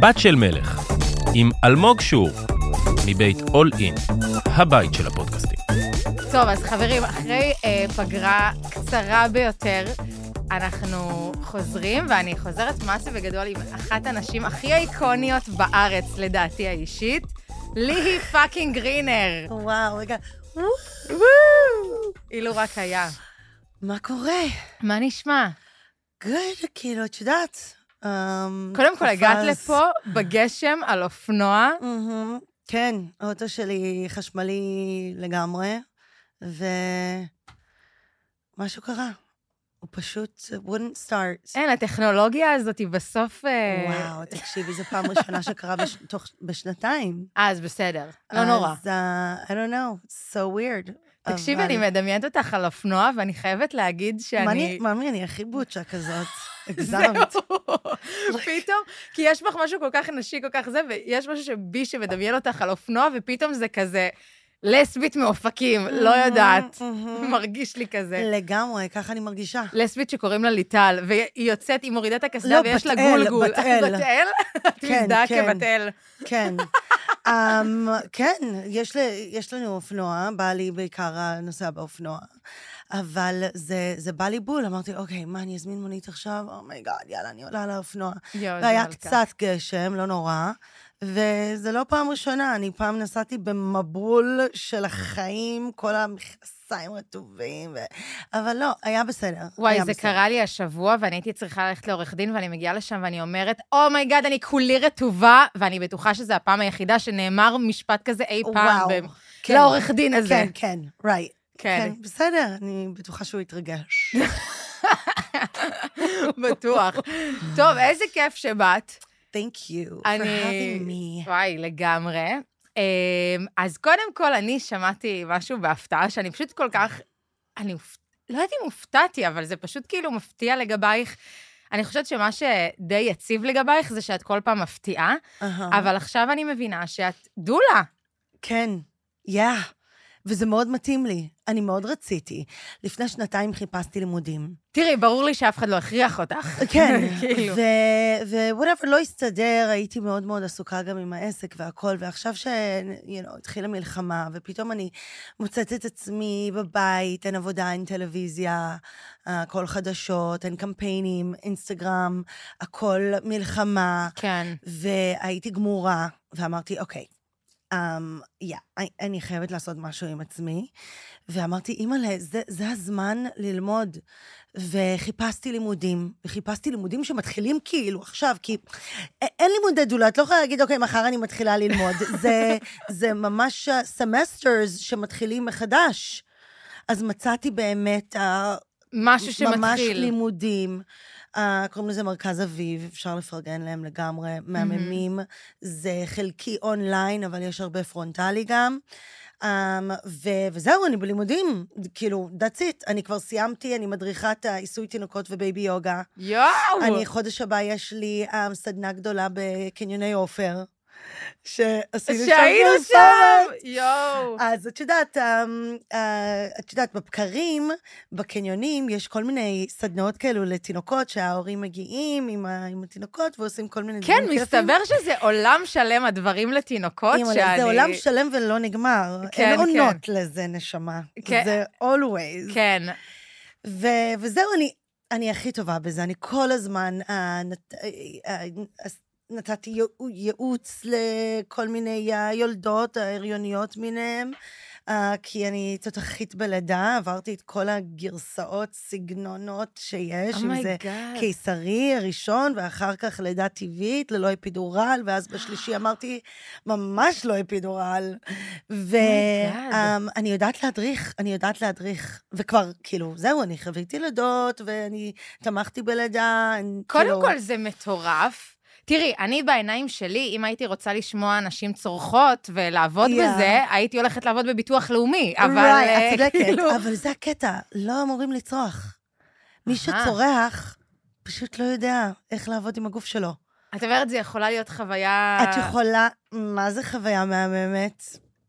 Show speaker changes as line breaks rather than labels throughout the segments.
בת של מלך, עם אלמוג שור, מבית אול אין, הבית של הפודקאסטים.
טוב, אז חברים, אחרי אה, פגרה קצרה ביותר, אנחנו חוזרים, ואני חוזרת מסה בגדול עם אחת הנשים הכי איקוניות בארץ, לדעתי האישית, ליהי פאקינג גרינר.
וואו, רגע. וואו,
אילו רק היה.
מה קורה?
מה נשמע?
גוד, כאילו, את יודעת... אמ,
קודם כל, הגעת
קפץ.
לפה בגשם על אופנוע.
מהמם. כן, האוטו שלי חשמלי לגמרי, ומשהו קרה. הוא פשוט wouldn't start.
אין, הטכנולוגיה הזאת היא בסוף... אה,
וואו, תקשיבי, זו פעם ראשונה שקרה בש... תוך... בשנתיים.
אז בסדר, לא נורא.
אז, uh, I don't know, so weird.
תקשיבי,
אבל-
אני מדמיינת אותך על אופנוע, ואני חייבת להגיד שאני...
מה אני... מאמי, אני הכי בוצ'ה כזאת. הגזמת.
זהו. פתאום, כי יש בך משהו כל כך נשי, כל כך זה, ויש משהו שבי שמדמיין אותך על אופנוע, ופתאום זה כזה לסבית מאופקים,
Mm-hmm,
לא יודעת.
מהמם.
מרגיש לי כזה.
לגמרי, ככה אני מרגישה.
לסבית שקוראים לה ליטל, והיא יוצאת, היא מורידה את הקסדה
לא,
ויש לה
בת אל,
גולגול.
בת אל.
בת אל? את
כן,
מזדהה
כן.
כבת אל.
כן. um, כן, יש, ל, יש לנו אופנוע, בא לי בעיקר הנוסע באופנוע, אבל זה, זה בא לי בול, אמרתי, אוקיי, מה, אני אזמין מונית עכשיו? אומייגאד, oh my God, יאללה, אני עולה על האופנוע.
יואו, זה לא
והיה
מלכה.
קצת גשם, לא נורא, וזה לא פעם ראשונה, אני פעם נסעתי במבול של החיים, כל המכנסיים רטובים, ו... אבל לא, היה בסדר.
וואי,
היה
זה
בסדר.
קרה לי השבוע, ואני הייתי צריכה ללכת לעורך דין, ואני מגיעה לשם ואני אומרת, אומייגאד, אני כולי רטובה, ואני בטוחה שזו הפעם היחידה שנאמר משפט כזה אי פעם.
וואו,
ב-
כן.
לעורך דין הזה.
כן, כן, right.
כן.
כן, בסדר, אני בטוחה שהוא יתרגש.
בטוח. טוב, איזה כיף שבאת.
Thank you for
אני...
having me.
וואי, לגמרי. אמ, אז קודם כל, אני שמעתי משהו בהפתעה, שאני פשוט כל כך... אני הופ... לא יודעת אם הופתעתי, אבל זה פשוט כאילו מפתיע לגבייך. אני חושבת שמה שדי יציב לגבייך זה שאת כל פעם מפתיעה,
אהה.
אבל עכשיו אני מבינה שאת דולה.
כן, יא. וזה מאוד מתאים לי. אני מאוד רציתי. לפני שנתיים חיפשתי לימודים.
תראי, ברור לי שאף אחד לא הכריח אותך.
כן,
כאילו.
ווואטאבר, לא הסתדר, הייתי מאוד מאוד עסוקה גם עם העסק והכל, ועכשיו ש... you know, התחילה מלחמה, ופתאום אני מוצאת את עצמי בבית, אין עבודה, אין טלוויזיה, אה, הכל חדשות, אין קמפיינים, אינסטגרם, הכל מלחמה.
כן.
והייתי גמורה, ואמרתי, אוקיי, אמ, יא, אני- אני חייבת לעשות משהו עם עצמי. ואמרתי, אימא'לה, זה, זה הזמן ללמוד. וחיפשתי לימודים, וחיפשתי לימודים שמתחילים כאילו עכשיו, כי א- אין לימודי דולה, את לא יכולה להגיד, אוקיי, מחר אני מתחילה ללמוד. זה, זה ממש סמסטרס שמתחילים מחדש. אז מצאתי באמת אה,
משהו שמתחיל.
ממש לימודים. Uh, קוראים לזה מרכז אביב, אפשר לפרגן להם לגמרי,
Mm-hmm.
מהממים. זה חלקי אונליין, אבל יש הרבה פרונטלי גם. Um, ו- וזהו, אני בלימודים, כאילו, that's it. אני כבר סיימתי, אני מדריכת אה, עיסוי תינוקות ובייבי יוגה.
יואו!
אני, חודש הבא יש לי um, סדנה גדולה בקניוני עופר, שעשינו שם
שהיינו
פרסומת.
שם! יואו!
אז את יודעת, אמ, אה, את יודעת, בבקרים, בקניונים, יש כל מיני סדנאות כאלו לתינוקות, שההורים מגיעים עם, ה, עם התינוקות ועושים כל מיני
כן,
דברים כיפים.
מסתבר שזה עולם שלם, הדברים לתינוקות,
אימא'לה,
שאני...
זה עולם שלם ולא נגמר.
כן,
אין
כן.
עונות לזה, נשמה.
כן.
זה always.
כן.
ו- וזהו, אני, אני הכי טובה בזה. אני כל הזמן אה, נת, אה, אה, עש- נתתי יאו- ייעוץ לכל מיני אה, יולדות, ההריוניות מיניהן, אה, כי אני תותחית בלידה, עברתי את כל הגרסאות, סגנונות שיש,
Oh
אם זה
אומייגאד.
קיסרי ראשון, ואחר כך לידה טבעית, ללא אפידורל, ואז בשלישי אמרתי, ממש לא אפידורל.
Oh אומייגאד.
ואני יודעת להדריך, אני יודעת להדריך. וכבר, כאילו, זהו, אני חוויתי לידות, ואני תמכתי בלידה, אני,
קודם
כאילו...
כל, זה מטורף. תראי, אני בעיניים שלי, אם הייתי רוצה לשמוע נשים צורכות ולעבוד
יא.
בזה, הייתי הולכת לעבוד בביטוח לאומי, אבל...
right,
אה,
את צודקת,
כאילו-
אבל זה הקטע, לא אמורים לצרוח. מי
אהה.
שצורח, פשוט לא יודע איך לעבוד עם הגוף שלו.
את אומרת, זה יכולה להיות חוויה...
את יכולה, מה זה חוויה מהממת?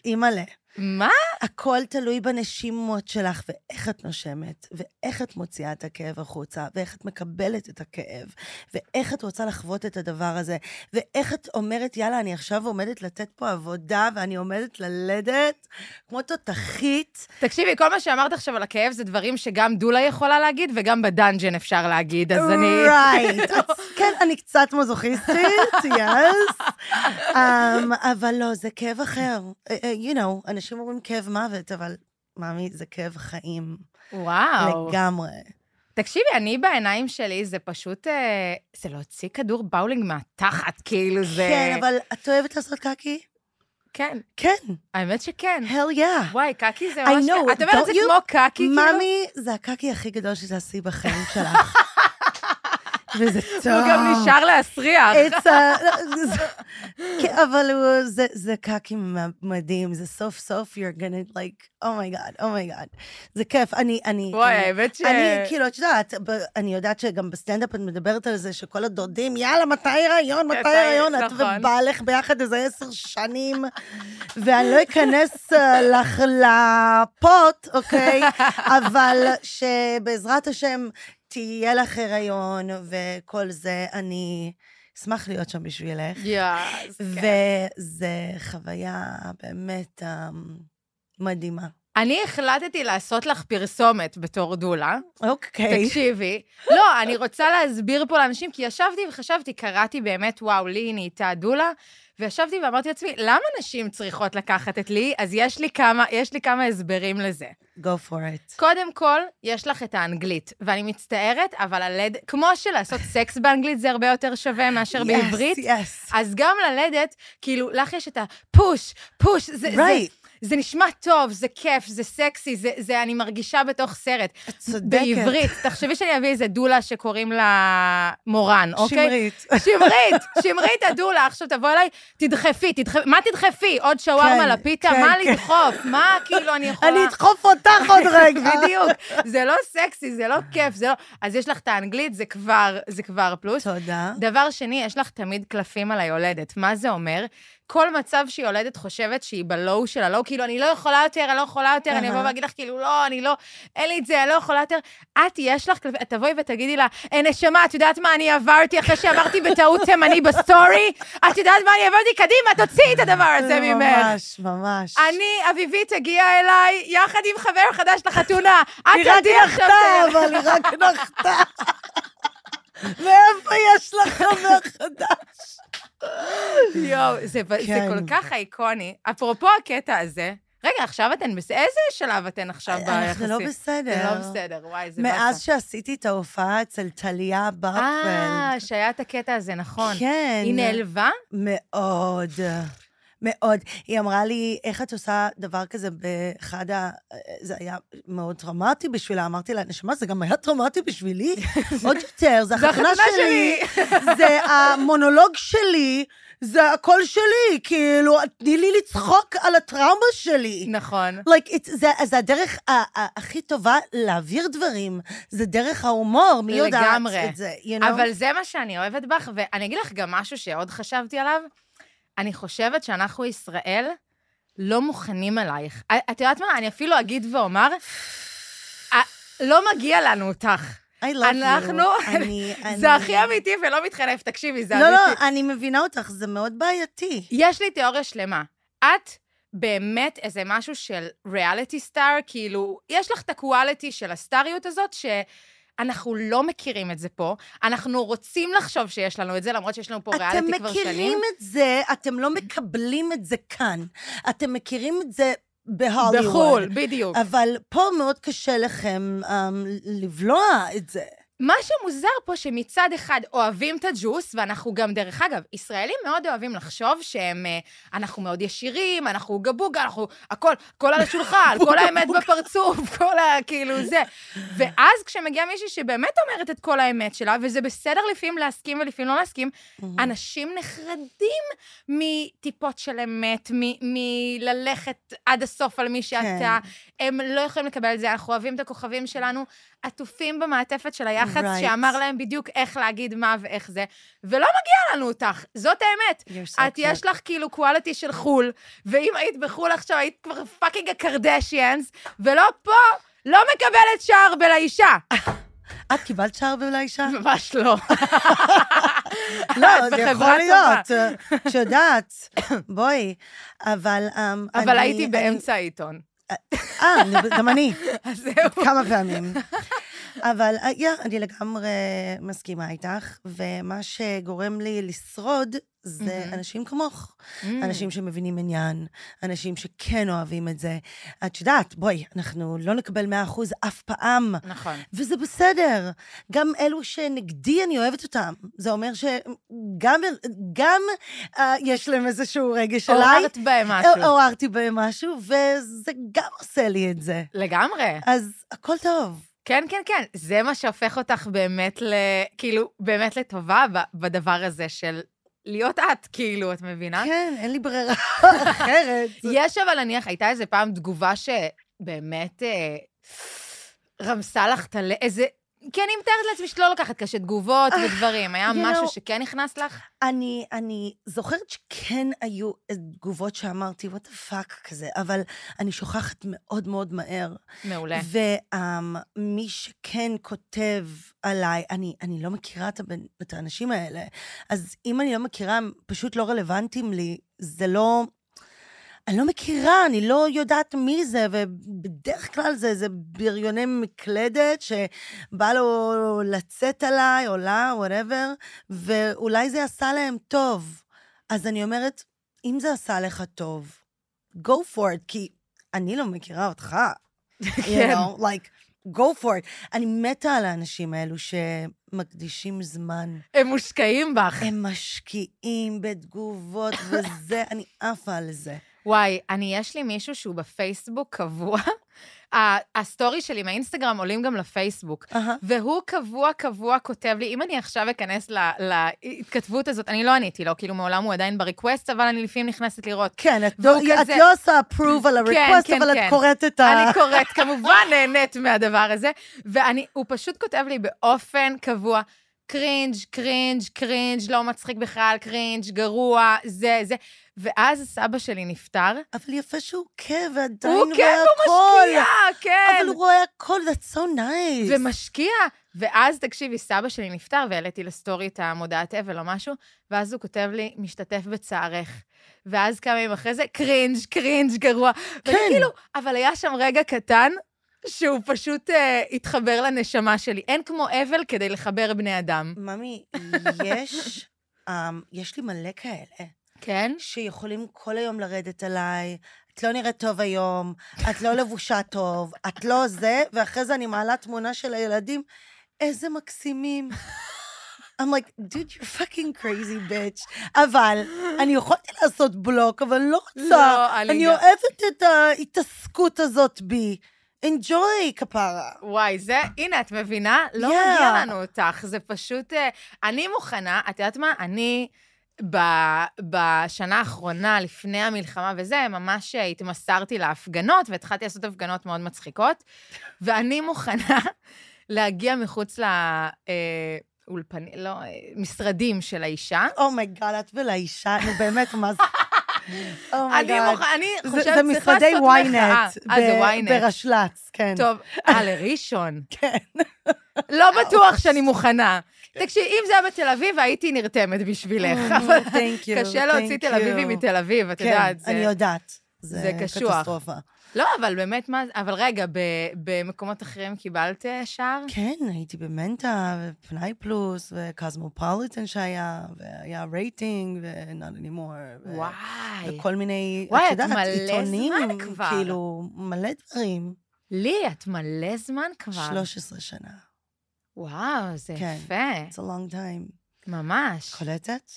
אימא'לה.
מה?
הכל תלוי בנשימות שלך, ואיך את נושמת, ואיך את מוציאה את הכאב החוצה, ואיך את מקבלת את הכאב, ואיך את רוצה לחוות את הדבר הזה, ואיך את אומרת, יאללה, אני עכשיו עומדת לתת פה עבודה, ואני עומדת ללדת כמו תותחית.
תקשיבי, כל מה שאמרת עכשיו על הכאב זה דברים שגם דולה יכולה להגיד וגם בדאנג'ן אפשר להגיד, אז אני...
רייט. כן, אני קצת מזוכיסטית, יס. אבל לא, זה כאב אחר. אה, אה, You know, אנשים אומרים כאב מוות, אבל... מאמי, זה כאב חיים
וואו.
לגמרי.
תקשיבי, אני בעיניים שלי, זה פשוט... אה, זה להוציא כדור באולינג מהתחת, כאילו זה...
כן, אבל את אוהבת לעשות קקי?
כן,
כן,
האמת שכן.
hell yeah.
וואי, קקי זה
I
ממש...
know,
את אומרת,
don't
זה
you-
כמו קקי, כאילו?
מאמי, זה הקקי הכי גדול שתעשי בחיים שלך. וזה טוב.
הוא גם
אה,
נשאר להסריח.
It's a... כן, אבל הוא- זה- זה קקי מדהים, זה סוף סוף, you're gonna like, oh my god, oh my god. זה כיף, אני... אני-
וואי,
אני-
האמת ש...
אני, כאילו, את יודעת, ב- אני יודעת שגם בסטנדאפ את מדברת על זה שכל הדודים, יאללה, מתי הריון, מתי
מתי-
הריון? את
נכון.
ובעלך ביחד איזה עשר שנים, ואני לא אכנס אה, לך לפוט, אוקיי? אבל שבעזרת השם תהיה לך הריון וכל זה, אני אשמח להיות שם בשבילך.
יאס, כן.
וזה חוויה באמת אה, מדהימה.
אני החלטתי לעשות לך פרסומת בתור דולה.
אוקיי.
תקשיבי. לא, אני רוצה להסביר פה לאנשים, כי ישבתי וחשבתי, קראתי באמת, וואו, לי היא נהייתה דולה, וישבתי ואמרתי לעצמי, למה נשים צריכות לקחת את לי? אז יש לי כמה, יש לי כמה הסברים לזה.
Go for it.
קודם כל, יש לך את האנגלית, ואני מצטערת, אבל הלד... כמו שלעשות סקס באנגלית זה הרבה יותר שווה מאשר yes, בעברית,
Yes, yes.
אז גם ללדת, כאילו, לך יש את הפוש, פוש, זה,
Right.
זה, זה נשמע טוב, זה כיף, זה סקסי, זה, זה אני מרגישה בתוך סרט.
את צודקת.
בעברית, תחשבי שאני אביא איזה דולה שקוראים לה מורן, אוקיי?
שמרית.
שמרית, שמרית הדולה, עכשיו תבוא אליי, תדחפי, תדחפי, מה תדחפי? עוד שווארמה
כן,
לפיתה?
כן,
מה
כן.
לדחוף? מה, כאילו, אני יכולה...
אני אדחוף אותך עוד רגע.
בדיוק. זה לא סקסי, זה לא כיף, זה לא... אז יש לך את האנגלית, זה כבר, זה כבר פלוס.
תודה.
דבר שני, יש לך תמיד קלפים על היולדת. מה זה אומר? כל מצב שהיא יולדת חושבת שהיא בלואו של הלואו, כאילו, אני לא יכולה יותר, אני לא יכולה יותר, אני אבוא
אהה.
ואגיד לך, כאילו, לא, אני לא, אין לי את זה, אני לא יכולה יותר. את, יש לך קלפים, את תבואי ותגידי לה, "אה, נשמה, את יודעת מה אני עברתי אחרי שאמרתי בטעות תימני בסטורי? את יודעת מה אני עברתי? קדימה, תוציאי את הדבר הזה ממך.
ממש, ממש.
אני, אביבית הגיעה אליי, יחד עם חבר חדש לחתונה. את
היא רק
תדעי עכשיו...
נחתה, אבל היא רק נחתה. מאיפה יש לך חבר חדש?
יואו, זה, זה
כן.
כל כך איקוני. אפרופו הקטע הזה, רגע, עכשיו אתן, בס... איזה שלב אתן עכשיו ביחסים?
אנחנו לא בסדר.
זה לא בסדר, וואי, זה
מאז
באסה.
שעשיתי את ההופעה אצל טליה
אה,
בפלד.
שהיה את הקטע הזה, נכון.
כן.
היא נעלבה?
מאוד, מאוד. היא אמרה לי, איך את עושה דבר כזה באחד ה... זה היה מאוד טראומטי בשבילה. אמרתי לה, נשמה, זה גם היה טראומטי בשבילי? עוד יותר, זה החתונה
החתונה
שלי, זה המונולוג שלי, זה הקול שלי. כאילו, תני לי לצחוק על הטראומה שלי.
נכון.
Like, it's, זה, זה הדרך ה- ה- הכי טובה להעביר דברים, זה דרך ההומור, מי יודעת
לגמרי.
את זה, you know?
אבל זה מה שאני אוהבת בך, ואני אגיד לך גם משהו שעוד חשבתי עליו. אני חושבת שאנחנו, ישראל, לא מוכנים אלייך. אה, את יודעת מה? אני אפילו אגיד ואומר, אה, לא מגיע לנו אותך.
I love you.
אנחנו-
אני, אני...
זה הכי אמיתי ולא מתחלף, תקשיבי, זה
לא,
אמיתי.
לא, אני מבינה אותך, זה מאוד בעייתי.
יש לי תיאוריה שלמה. את באמת איזה משהו של ריאליטי סטאר, כאילו, יש לך את הקואליטי של הסטאריות הזאת, שאנחנו לא מכירים את זה פה, אנחנו רוצים לחשוב שיש לנו את זה, למרות שיש לנו פה
אתם
לא, ריאליטי כבר שנים.
מכירים את זה, אתם לא מקבלים את זה כאן. אתם מכירים את זה בהוליווד.
בחו"ל, בדיוק.
אבל פה מאוד קשה לכם um, לבלוע את זה.
מה שמוזר פה, שמצד אחד אוהבים את הג'וס, ואנחנו גם, דרך אגב, ישראלים מאוד אוהבים לחשוב שהם, אה, אנחנו מאוד ישירים, אנחנו גבוגה, אנחנו, הכל, הכל על השולחן, כל האמת בפרצוף, כל ה... כאילו זה. ואז כשמגיעה מישהי שבאמת אומרת את כל האמת שלה, וזה בסדר לפעמים להסכים ולפעמים לא להסכים,
Mm.
אנשים נחרדים מטיפות של אמת, מ- מללכת עד הסוף על מי
כן.
שאתה. הם לא יכולים לקבל את זה, אנחנו אוהבים את הכוכבים שלנו, עטופים במעטפת של היחס לחץ
Right.
שאמר להם בדיוק איך להגיד מה ואיך זה, ולא מגיע לנו אותך, זאת האמת.
You're so
את יש
cute.
לך כאילו קואליטי של חו"ל, ואם היית בחו"ל עכשיו היית כבר פאקינג הקרדשיאנס, ולא פה, לא מקבלת שער בלאישה.
את קיבלת שער באישה?
ממש לא.
לא,
את
זה יכול
בחברה
להיות, את יודעת, בואי, אבל... אמ,
אבל
אני-
הייתי
אני-
באמצע העיתון.
אה, אני- גם אני,
אז זהו.
כמה פעמים. אבל אה, יא, אני לגמרי מסכימה איתך, ומה שגורם לי לשרוד זה
מהמם. Mm.
אנשים כמוך, אנשים שמבינים עניין, אנשים שכן אוהבים את זה. את יודעת, בואי, אנחנו לא נקבל 100% אף פעם.
נכון.
וזה בסדר. גם אלו שנגדי, אני אוהבת אותם. זה אומר שגם גם, uh, יש להם איזשהו רגש עליי.
עוררת בהם משהו.
עוררתי בהם משהו, וזה גם עושה לי את זה.
לגמרי.
אז הכל טוב.
כן, כן, כן. זה מה שהופך אותך באמת ל... כאילו, באמת לטובה ב- בדבר הזה של להיות את, כאילו, את מבינה?
כן, אין לי ברירה אחרת.
יש אבל נניח, הייתה איזה פעם תגובה שבאמת אה, רמסה לך את הלב, איזה... כי אני מתארת לעצמי שלא לוקחת קשה תגובות ודברים. היה
אה, you
משהו
know-
שכן נכנס לך?
אני, אני זוכרת שכן היו תגובות שאמרתי, what the fuck כזה, אבל אני שוכחת מאוד מאוד מהר.
מעולה.
ומי שכן כותב עליי, אני, אני לא מכירה את, הבן, את האנשים האלה, אז אם אני לא מכירה, הם פשוט לא רלוונטיים לי, זה לא... אני לא מכירה, אני לא יודעת מי זה, ובדרך כלל זה איזה בריוני מקלדת שבא לו לצאת עליי, או לה, וואטאבר, ואולי זה עשה להם טוב. אז אני אומרת, אם זה עשה לך טוב, go for it, כי אני לא מכירה אותך. you
כן.
know, like, go for it. אני מתה על האנשים האלו שמקדישים זמן.
הם מושקעים בך.
הם משקיעים בתגובות וזה, אני עפה על זה.
וואי, אני, יש לי מישהו שהוא בפייסבוק קבוע. ה- הסטורי שלי מהאינסטגרם עולים גם לפייסבוק.
אהה.
והוא קבוע קבוע כותב לי, אם אני עכשיו אכנס ל- להתכתבות הזאת, אני לא עניתי לו, כאילו מעולם הוא עדיין בריקווסט, אבל אני לפעמים נכנסת לראות.
כן, את
והוא
לא- את
כזה-
לא עושה approve על הריקווסט,
כן,
אבל
כן.
את קוראת את ה...
אני קוראת, כמובן נהנית מהדבר הזה, והוא פשוט כותב לי באופן קבוע, קרינג', קרינג', קרינג', לא מצחיק בכלל, קרינג', גרוע, זה, זה. ואז סבא שלי נפטר.
אבל יפה שהוא עוקב, ועדיין
הוא
הוא
כן,
רואה הכל.
הוא משקיע, כן.
אבל הוא רואה הכל, that's so nice.
ומשקיע. ואז, תקשיבי, סבא שלי נפטר, והעליתי לסטורי את המודעת אבל או משהו, ואז הוא כותב לי, משתתף בצערך. ואז כמה ימים אחרי זה, קרינג', קרינג', גרוע. ואני
כן.
כאילו, אבל היה שם רגע קטן שהוא פשוט אה, התחבר לנשמה שלי. אין כמו אבל כדי לחבר בני אדם.
ממי, יש... אמ, יש לי מלא כאלה.
כן?
שיכולים כל היום לרדת עליי, את לא נראית טוב היום, את לא לבושה טוב, את לא זה, ואחרי זה אני מעלה תמונה של הילדים, איזה מקסימים. I'm like, dude, you're fucking crazy bitch. אבל אני יכולתי לעשות בלוק, אבל לא רוצה.
לא, אני
אני
גם-
אוהבת את ההתעסקות הזאת בי. enjoy, כפרה.
וואי, זה, הנה, את מבינה? לא
Yeah.
מגיע לנו אותך, זה פשוט... אה, אני מוכנה, את יודעת מה? אני ב, בשנה האחרונה, לפני המלחמה וזה, ממש אה, התמסרתי להפגנות, והתחלתי לעשות הפגנות מאוד מצחיקות, ואני מוכנה להגיע מחוץ לאולפנים, לא, אה, משרדים של האישה.
אומייגאד, את ולאישה, נו באמת, מה זה? אומייגאד.
אני מוכנה, אני
Oh זה-
חושבת
זה
שצריך לעשות מחאה.
משרדי ynet,
אה, זה
ב-
ynet.
ברשל"צ, כן.
טוב, אה, לראשון.
כן. אה,
לא בטוח שאני מוכנה. תקשיב, אם זה היה בתל אביב, הייתי נרתמת בשבילך. אבל
Mm, Thank you,
קשה להוציא
thank
תל אביבי
you.
מתל אביב, את יודעת. זה-
כן, אני יודעת.
זה
זה
קשוח.
קטסטרופה.
לא, אבל באמת, מה... אבל רגע, ב- במקומות אחרים קיבלת אה, שער?
כן, הייתי במנטה, ופנאי פלוס, וקזמופוליטן שהיה, והיה רייטינג, ו-not anymore. ו-
וואי.
וכל מיני,
וואי, את
את יודעת,
מלא
עיתונים,
זמן כבר.
כאילו, מלא דברים.
לי, את מלא זמן כבר.
13 שנה.
וואו, זה
כן.
יפה.
It's a long time.
ממש.
קולטת?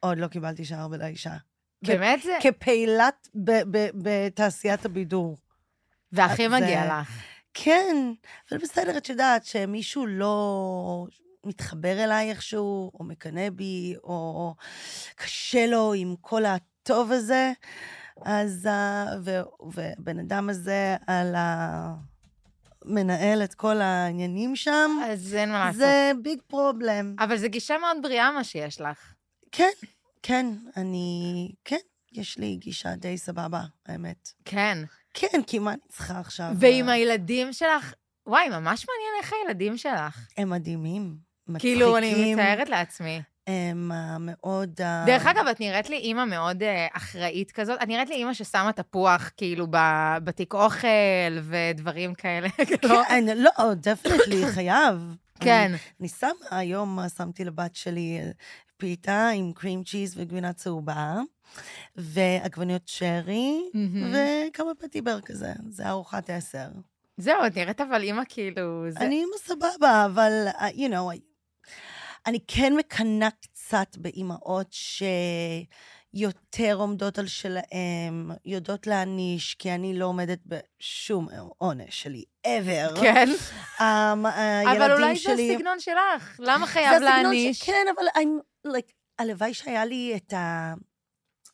עוד לא קיבלתי שער בלאישה. כן.
באמת זה...
כפעילת ב- ב- בתעשיית הבידור.
והכי
זה-
מגיע לך.
כן, אבל בסדר, את יודעת שמישהו לא מתחבר אליי איכשהו, או מקנא בי, או קשה לו עם כל הטוב הזה, אז... ה- ו- והבן אדם הזה על ה... מנהל את כל העניינים שם,
אז אין אה, מה לעשות.
זה ביג פרובלם.
אבל זו גישה מאוד בריאה, מה שיש לך.
כן, כן, אני... כן, יש לי גישה די סבבה, האמת.
כן.
כן, כי מה אני צריכה עכשיו? אה,
ועם הילדים שלך, וואי, ממש מעניין איך הילדים שלך.
הם מדהימים.
כאילו, אני
מצחיקים,
מתארת לעצמי.
הם אה, מאוד... אה,
דרך אגב, את נראית לי אימא מאוד אה, אחראית כזאת. את נראית לי אימא ששמה תפוח, כאילו, ב- בתיק אוכל ודברים כאלה. לא?
כן, לא, דפנטלי, חייב.
כן.
אני- אני שמה, היום אה, שמתי לבת שלי אה, פיתה עם קרים צ'יז וגבינה צהובה, ועגבניות שרי,
מהמם.
וכמה פטיבר כזה, זה ארוחת עשר.
זהו, את נראית אבל אימא כאילו... זה-
אני אימא סבבה, אבל, אה, you know, I- אני כן מקנאה קצת באימהות שיותר עומדות על שלהן, יודעות להעניש, כי אני לא עומדת בשום עונש שלי, ever.
כן.
Um, הילדים
אבל אולי זה
שלי...
הסגנון שלך. למה
זה
חייב
הסגנון ש-
להעניש?
כן, אבל I'm, like, הלוואי שהיה לי את ה...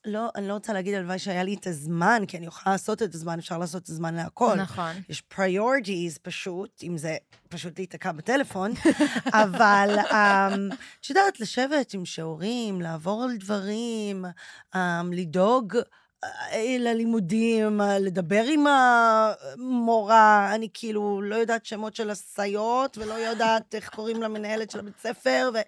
לא, אני לא רוצה להגיד הלוואי שהיה לי את הזמן, כי אני יכולה לעשות את הזמן, אפשר לעשות את הזמן להכל.
נכון.
יש פריורטיז פשוט, אם זה פשוט להיתקע בטלפון, אבל אמ, את יודעת, לשבת עם שיעורים, לעבור על דברים, אמ, לדאוג אה, ללימודים, אה, לדבר עם המורה, אני כאילו לא יודעת שמות של הסייעות, ולא יודעת איך קוראים למנהלת של הבית ספר, ו-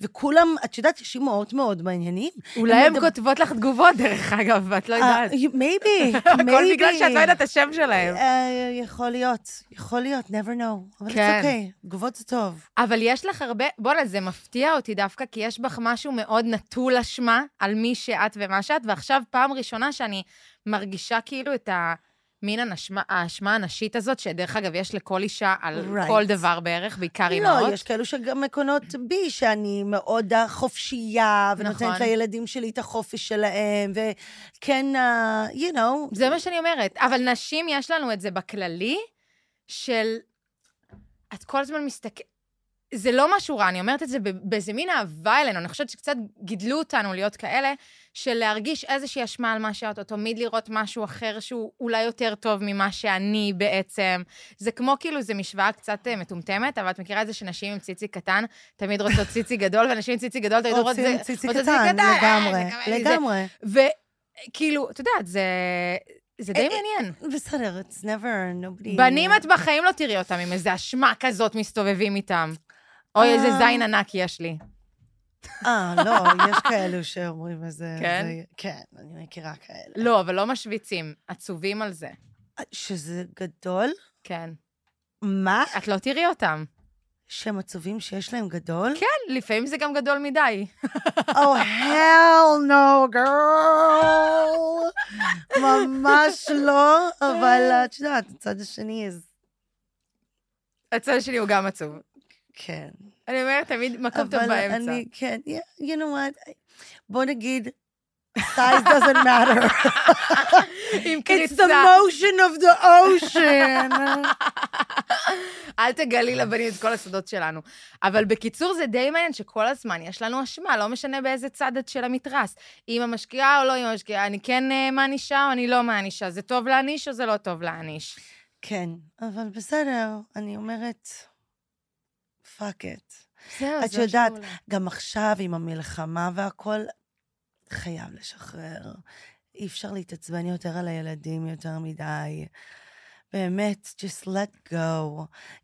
וכולם, את יודעת, יש אימהות מאוד מעניינים.
אולי הן
מדבר-
כותבות לך תגובות, דרך אגב, ואת לא יודעת.
אה, maybe, maybe.
הכל בגלל שאת לא יודעת את השם שלהם.
אה, יכול להיות, יכול להיות, never know.
כן.
אבל זה אוקיי, תגובות זה טוב.
אבל יש לך הרבה, בואנה, זה מפתיע אותי דווקא, כי יש בך משהו מאוד נטול אשמה על מי שאת ומה שאת, ועכשיו פעם ראשונה שאני מרגישה כאילו את ה... מין הנשמה, האשמה הנשית הזאת, שדרך אגב, יש לכל אישה על
Right.
כל דבר בערך, בעיקר אימהות.
לא, יש כאלו שגם מקונות בי, שאני מאוד חופשייה, ונותנת
נכון.
לילדים שלי את החופש שלהם, וכן, אה, you know,
זה מה שאני אומרת. אבל נשים, יש לנו את זה בכללי, של... את כל הזמן מסתכל... זה לא משהו רע, אני אומרת את זה ב- באיזה מין אהבה אלינו. אני חושבת שקצת גידלו אותנו להיות כאלה, של להרגיש איזושהי אשמה על מה שאת, או תמיד לראות משהו אחר שהוא אולי יותר טוב ממה שאני בעצם. זה כמו כאילו, זו משוואה קצת אה, מטומטמת, אבל את מכירה את זה שנשים עם ציצי קטן תמיד רוצות ציצי גדול, ונשים עם ציצי גדול תמיד רוצות
רוצים
זה-
ציצי
רוצות
קטן,
אה,
לגמרי,
זה-
לגמרי.
וכאילו, את יודעת, זה, זה די
אה,
מעניין.
בסדר, it's never, nobody...
בנים את בחיים לא תראי אותם עם איזה אשמה כזאת מסתובבים איתם. אוי, איזה
אה.
זין ענק יש לי.
אה, לא, יש כאלו שאומרים איזה...
כן?
זה- כן, אני מכירה כאלה. אה,
לא, אבל לא משוויצים, עצובים על זה.
שזה גדול?
כן.
מה?
את לא תראי אותם.
שהם עצובים שיש להם גדול?
כן, לפעמים זה גם גדול מדי.
Oh, hell no, girl. ממש לא, אבל את יודעת, הצד השני, אז
הצד שלי הוא גם עצוב.
כן.
אני אומרת, תמיד מקום טוב
אבל
באמצע.
אני, כן, yeah, you know what, בוא נגיד, size doesn't matter.
עם
It's the
קריצה.
motion of the ocean.
אל תגלי לבנים את כל הסודות שלנו. אבל בקיצור, זה די מעניין שכל הזמן יש לנו אשמה, לא משנה באיזה צד את של המתרס. אם המשקיעה או לא אם המשקיעה, אני כן אה, מענישה או אני לא מענישה, זה טוב להעניש או זה לא טוב להעניש.
כן, אבל בסדר, אני אומרת, fuck it.
זהו,
את
זה
יודעת,
משהו לא.
גם עכשיו, עם המלחמה והכל, חייב לשחרר. אי אפשר להתעצבן יותר על הילדים יותר מדי. באמת, just let go.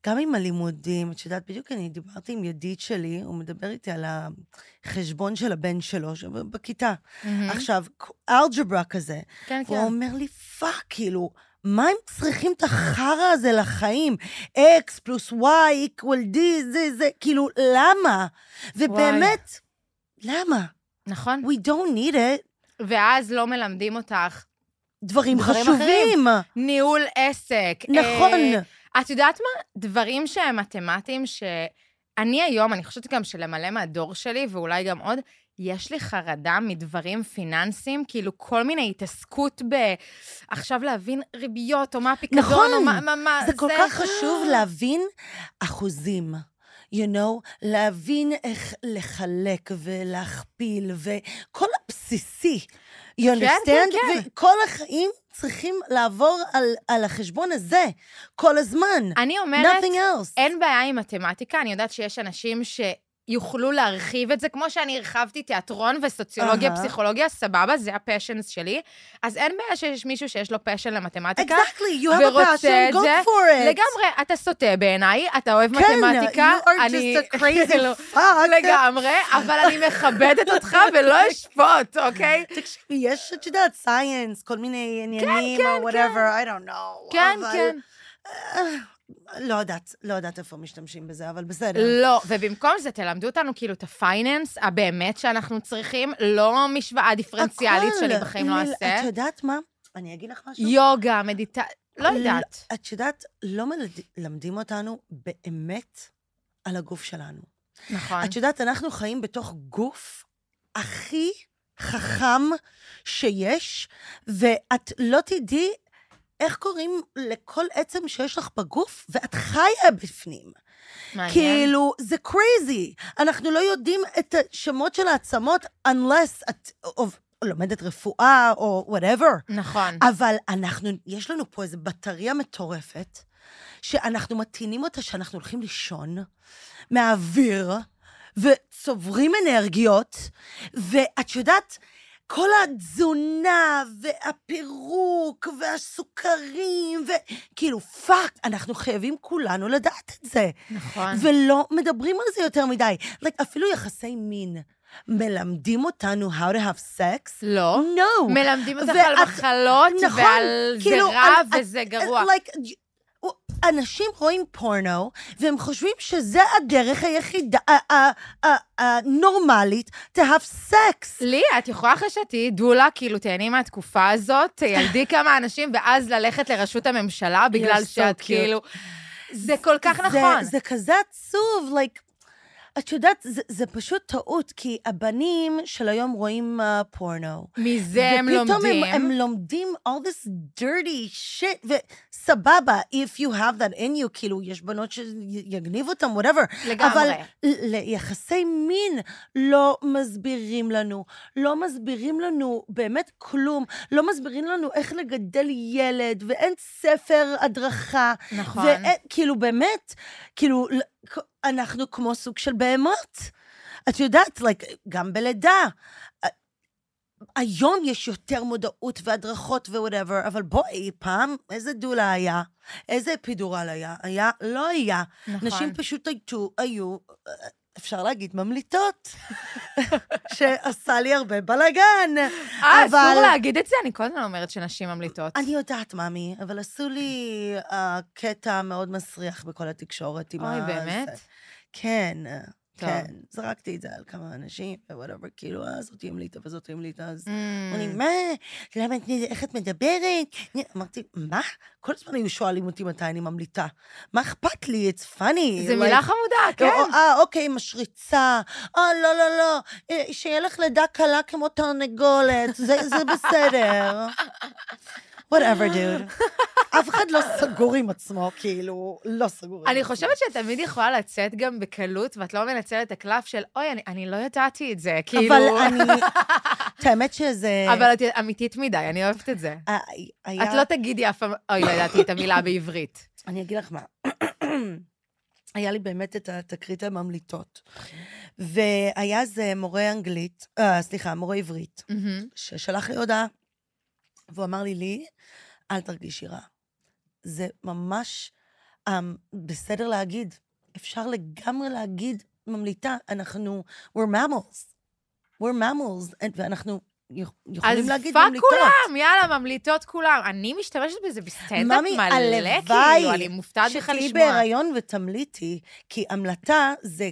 גם עם הלימודים, את יודעת, בדיוק אני דיברתי עם ידיד שלי, הוא מדבר איתי על החשבון של הבן שלו, שבכיתה.
מהמם.
עכשיו, אלג'ברה כזה.
כן,
והוא
כן.
אומר לי, פאק, כאילו, מה הם צריכים את החרא הזה לחיים? x פלוס y equal d, זה, זה, כאילו, למה? ובאמת, למה?
נכון.
We don't need it.
ואז לא מלמדים אותך
דברים
דברים
חשובים.
ניהול עסק. אה,
נכון.
את יודעת מה? דברים שהם מתמטיים, שאני היום, אני חושבת גם שלמלא מהדור שלי, ואולי גם עוד, יש לי חרדה מדברים פיננסיים, כאילו כל מיני התעסקות ב... עכשיו להבין ריביות, או מה הפיקדון,
נכון.
או מה... מה, מה
זה כל כך חשוב להבין אחוזים. You know, להבין איך לחלק ולהכפיל, וכל הבסיסי. You understand?
כן, כן.
וכל החיים צריכים לעבור על, על החשבון הזה כל הזמן.
אני אומרת,
nothing else.
אין בעיה עם מתמטיקה, אני יודעת שיש אנשים ש... יוכלו להרחיב את זה, כמו שאני הרחבתי תיאטרון וסוציולוגיה,
אהה.
פסיכולוגיה, סבבה, זה הפשנס שלי. אז אין בעיה שיש מישהו שיש לו פשן למתמטיקה.
Exactly, you have a
ורוצה
passion,
את
go
זה.
for it.
לגמרי, אתה סוטה בעיניי, אתה אוהב
כן,
מתמטיקה.
you are
אני-
just a crazy
לא,
fuck.
לגמרי, אבל אני מכבדת אותך ולא אשפוט, אוקיי?
תקשיבי, יש, את יודעת, סייאנס, כל מיני עניינים,
כן,
או whatever, I don't know.
כן,
אבל-
כן.
אה, לא יודעת, לא יודעת איפה משתמשים בזה, אבל בסדר.
לא, ובמקום זה תלמדו אותנו כאילו את הפייננס הבאמת שאנחנו צריכים, לא משוואה דיפרנציאלית
הכל.
שאני בחיים לא
מיל-
אעשה.
את יודעת מה? אני אגיד לך משהו.
יוגה, מדיטה, לא יודעת.
את יודעת, לא מלמדים אותנו באמת על הגוף שלנו.
נכון.
את יודעת, אנחנו חיים בתוך גוף הכי חכם שיש, ואת לא תדעי איך קוראים לכל עצם שיש לך בגוף, ואת חיה בפנים.
מעניין.
כאילו, זה קרייזי. אנחנו לא יודעים את השמות של העצמות, unless את עוב- לומדת רפואה או whatever.
נכון.
אבל אנחנו, יש לנו פה איזו בטריה מטורפת, שאנחנו מטעינים אותה שאנחנו הולכים לישון מהאוויר, וצוברים אנרגיות, ואת יודעת, כל התזונה, והפירוק, והסוכרים, וכאילו, פאק, אנחנו חייבים כולנו לדעת את זה.
נכון.
ולא מדברים על זה יותר מדי. Like, אפילו יחסי מין. מלמדים אותנו how to have sex?
לא.
No.
מלמדים אותך
ואת-
על מחלות
נכון,
ועל זה
כאילו,
רע
על-
וזה גרוע.
Like, you- אנשים רואים פורנו, והם חושבים שזה הדרך היחידה, ה- ה- ה- הנורמלית, to have sex.
לי, את יכולה אחרי שתהיי דולה, כאילו תהני מהתקופה הזאת, תילדי כמה אנשים, ואז ללכת לראשות הממשלה בגלל
so
שאת
cute.
כאילו... זה כל כך
זה-
נכון.
זה כזה עצוב, like... את יודעת, זה, זה פשוט טעות, כי הבנים של היום רואים uh, פורנו.
מזה הם
ופתאום
לומדים.
הם, הם לומדים all this dirty shit, וסבבה, if you have that in you, כאילו, יש בנות שיגניבו אותם, whatever.
לגמרי.
אבל ל- ליחסי מין לא מסבירים לנו, לא מסבירים לנו באמת כלום, לא מסבירים לנו איך לגדל ילד, ואין ספר הדרכה.
נכון.
וכאילו, אה, באמת, כאילו, ל- כ- אנחנו כמו סוג של בהמות. את יודעת, like, גם בלידה. היום יש יותר מודעות והדרכות ו-whatever, אבל בואי, פעם, איזה דולה היה? איזה אפידורל היה? היה? לא היה.
נכון.
נשים פשוט היו, היו אה, אפשר להגיד, ממליטות, שעשה לי הרבה בלאגן.
אה, אסור
אבל-
להגיד את זה? אני כל הזמן אומרת שנשים ממליטות.
אני יודעת, מאמי, אבל עשו לי אה, קטע מאוד מסריח בכל התקשורת עם
אוי,
ה-
באמת?
זה. כן. אה,
טוב.
כן, זרקתי את זה על כמה אנשים, ווואטאבר, כאילו, אה, זאת המליטה וזאת המליטה, אז
Mm,
אומרים, מה? למה את, איך את מדברת? אני- אמרתי, מה? כל הזמן היו שואלים אותי מתי אני ממליטה. מה אכפת לי? It's funny.
זה
like,
מילה חמודה, כן.
או, אה, אוקיי, משריצה. אה, לא, לא, לא. אה, שיהיה לך לידה קלה כמו תרנגולת, זה, זה בסדר. whatever, dude. אף אחד לא סגור עם עצמו, כאילו, לא סגור עם עצמו.
אני חושבת שאת תמיד יכולה לצאת גם בקלות, ואת לא מנצלת את הקלף של, אוי, אני- אני לא ידעתי את זה, כאילו...
אבל אני... את האמת שזה...
אבל את אמיתית מדי, אני אוהבת את זה.
אה, היה...
את לא תגידי אף פעם, אוי, לא ידעתי את המילה בעברית.
אני אגיד לך מה. היה לי באמת את התקרית הממליטות. והיה איזה מורה אנגלית, אה, סליחה, מורה עברית,
מהמם.
ששלח לי הודעה, והוא אמר לי, לי, אל תרגישי רע. זה ממש um, בסדר להגיד. אפשר לגמרי להגיד ממליטה, אנחנו, we're mammals. we're mammals, and- ואנחנו יכ- יכולים להגיד
אז פאק
ממליטות.
כולם, יאללה, ממליטות כולם. אני משתמשת בזה בסטנדאפ
ממי,
מלא, כאילו,
הלוואי
אני מופתעת בכלל
שתהיי
לשמוע.
בהיריון ותמליטי, כי המלטה זה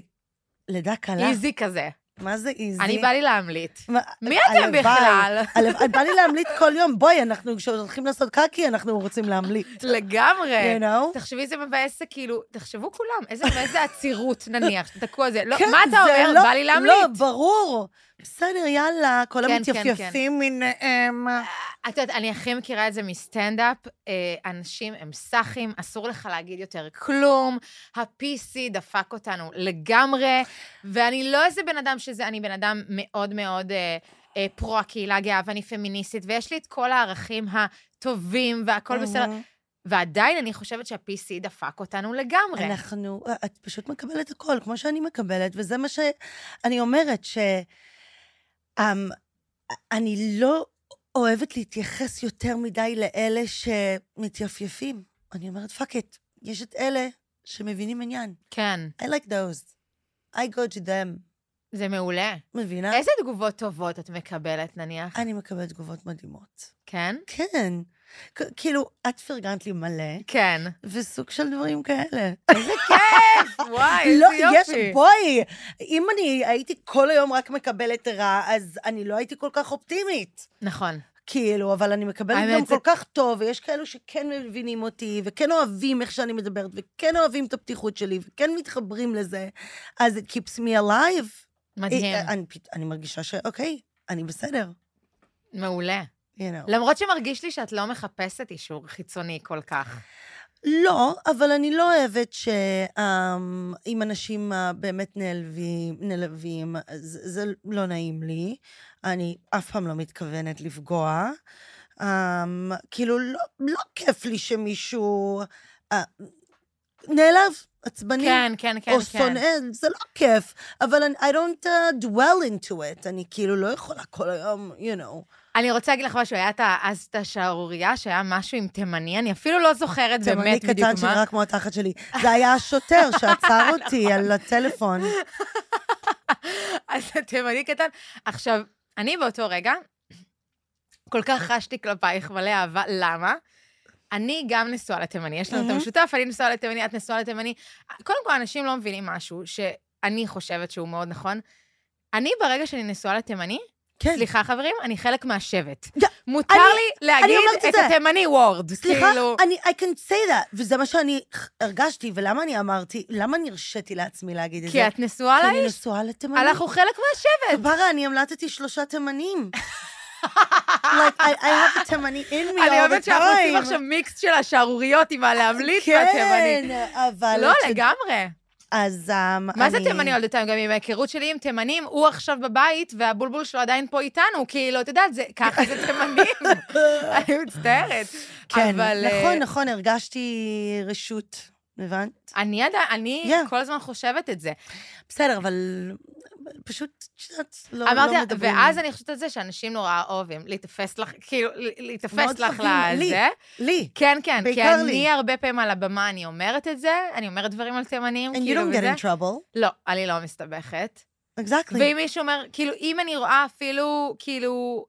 לידה קלה.
איזי כזה.
מה זה איזי?
אני בא לי להמליט.
מה-
מי אתם
הלוואי.
בכלל?
הלו- בא לי להמליט כל יום, בואי, אנחנו כשהולכים לעשות קקי, אנחנו רוצים להמליט.
לגמרי.
You know?
תחשבי איזה מבאס זה, כאילו, תחשבו כולם, איזה מבאס זה עצירות, נניח, שתקעו על זה. לא,
כן,
מה אתה
זה
אומר?
לא-
בא לי
לא,
להמליט.
ברור. בסדר, יאללה, כל
כן,
המתייפייפים מן... אמ,
את יודעת, אני הכי מכירה את זה מסטנדאפ. אה, אנשים הם סאחים, אסור לך להגיד יותר כלום. ה-PC דפק אותנו לגמרי, ואני לא איזה בן אדם שזה, אני בן אדם מאוד מאוד אה, אה, פרו הקהילה הגאה, ואני פמיניסטית, ויש לי את כל הערכים ה... טובים והכל בסדר.
מהמם.
ועדיין אני חושבת שה-PC דפק אותנו לגמרי.
אנחנו, אה, את פשוט מקבלת הכל, כמו שאני מקבלת, וזה מה שאני אומרת, שאני לא אוהבת להתייחס יותר מדי לאלה שמתייפייפים. אני אומרת, פאק את, יש את אלה שמבינים עניין.
כן,
I like those. I go to them.
זה מעולה.
מבינה?
איזה תגובות טובות את מקבלת, נניח?
אה. אני מקבלת תגובות מדהימות.
כן?
כן. כ- כאילו, את פרגנת לי מלא,
כן.
וסוג של דברים כאלה.
וואי, איזה
לא, יש,
יופי.
בואי, אם אני הייתי כל היום רק מקבלת רע, אז אני לא הייתי כל כך אופטימית.
נכון.
כאילו, אבל אני מקבלת
האמת,
גם
זה-
כל כך טוב, ויש כאלו שכן מבינים אותי, וכן אוהבים איך שאני מדברת, וכן אוהבים את הפתיחות שלי, וכן מתחברים לזה, אז it keeps me alive.
מדהים.
אה, אני, פת- אני מרגישה שאוקיי, אני בסדר.
מעולה.
You know.
למרות שמרגיש לי שאת לא מחפשת אישור חיצוני כל כך.
לא, אבל אני לא אוהבת שאם אנשים אה, באמת נעלבים, נעלבים, אז זה לא נעים לי. אני אף פעם לא מתכוונת לפגוע. Um, כאילו, לא, לא כיף לי שמישהו uh, נעלב, עצבני,
כן, כן, כן,
או
כן.
שונא, זה לא כיף, אבל אני, I don't uh, dwell into it, אני כאילו לא יכולה כל היום, you know.
אני רוצה להגיד לך משהו, היה את ה- אז את השערורייה שהיה משהו עם תימני, אני אפילו לא זוכרת
תימני
באמת בדיוק
קטן
מה.
שנראה כמו התחת שלי. זה היה השוטר שעצר אותי על הטלפון.
אז התימני קטן. עכשיו, אני באותו רגע, כל כך חשתי כלפייך מלא אהבה, למה? אני גם נשואה לתימני, יש לנו את
מהמם.
המשותף, אני נשואה לתימני, את נשואה לתימני. קודם כל, אנשים לא מבינים משהו שאני חושבת שהוא מאוד נכון. אני, ברגע שאני נשואה לתימני,
כן.
סליחה, חברים, אני חלק מהשבט.
יא,
מותר
אני-
לי להגיד
אומרת את
את
זה.
התימני וורד.
סליחה,
כאילו,
אני, I can say that, וזה מה שאני הרגשתי, ולמה אני אמרתי, למה אני הרשיתי לעצמי להגיד את זה?
כי את נשואה
כי
לאיש,
אני נשואה לתימנים.
אנחנו חלק מהשבט.
כפרה, אני המלטתי שלושה תימנים. like, I, I have a תימני in me all the time.
אני אוהבת שאנחנו עושים עכשיו מיקס של השערוריות עם הלהמליץ והתימני.
כן, אבל...
לא,
את יודעת,
לגמרי.
אז אמ,
מה זה
אני-
תימני all the time? גם עם ההיכרות שלי עם תימנים, הוא עכשיו בבית והבולבול שלו עדיין פה איתנו, כאילו, את יודעת, זה- ככה זה תימנים. אני מצטערת.
כן,
אבל, אה,
נכון, נכון, הרגשתי רשות, הבנת?
אני עדיין, אני
Yeah.
כל הזמן חושבת את זה.
בסדר, אבל פשוט, את יודעת, לא לא
אמרתי,
מדברים.
לה- ואז אני חושבת על זה שאנשים נורא אוהבים להיתפס לך, כאילו, להיתפס
מאוד
לך
אוהבים, לי.
לזה.
לי.
כן, כן, כי
בעיקר לי.
אני הרבה פעמים על הבמה, אני אומרת את זה, אני אומרת דברים על תימנים,
And you
כאילו,
don't get
וזה.
in trouble.
לא, אני לא מסתבכת.
Exactly.
ואם מישהו אומר, כאילו, אם אני רואה אפילו, כאילו,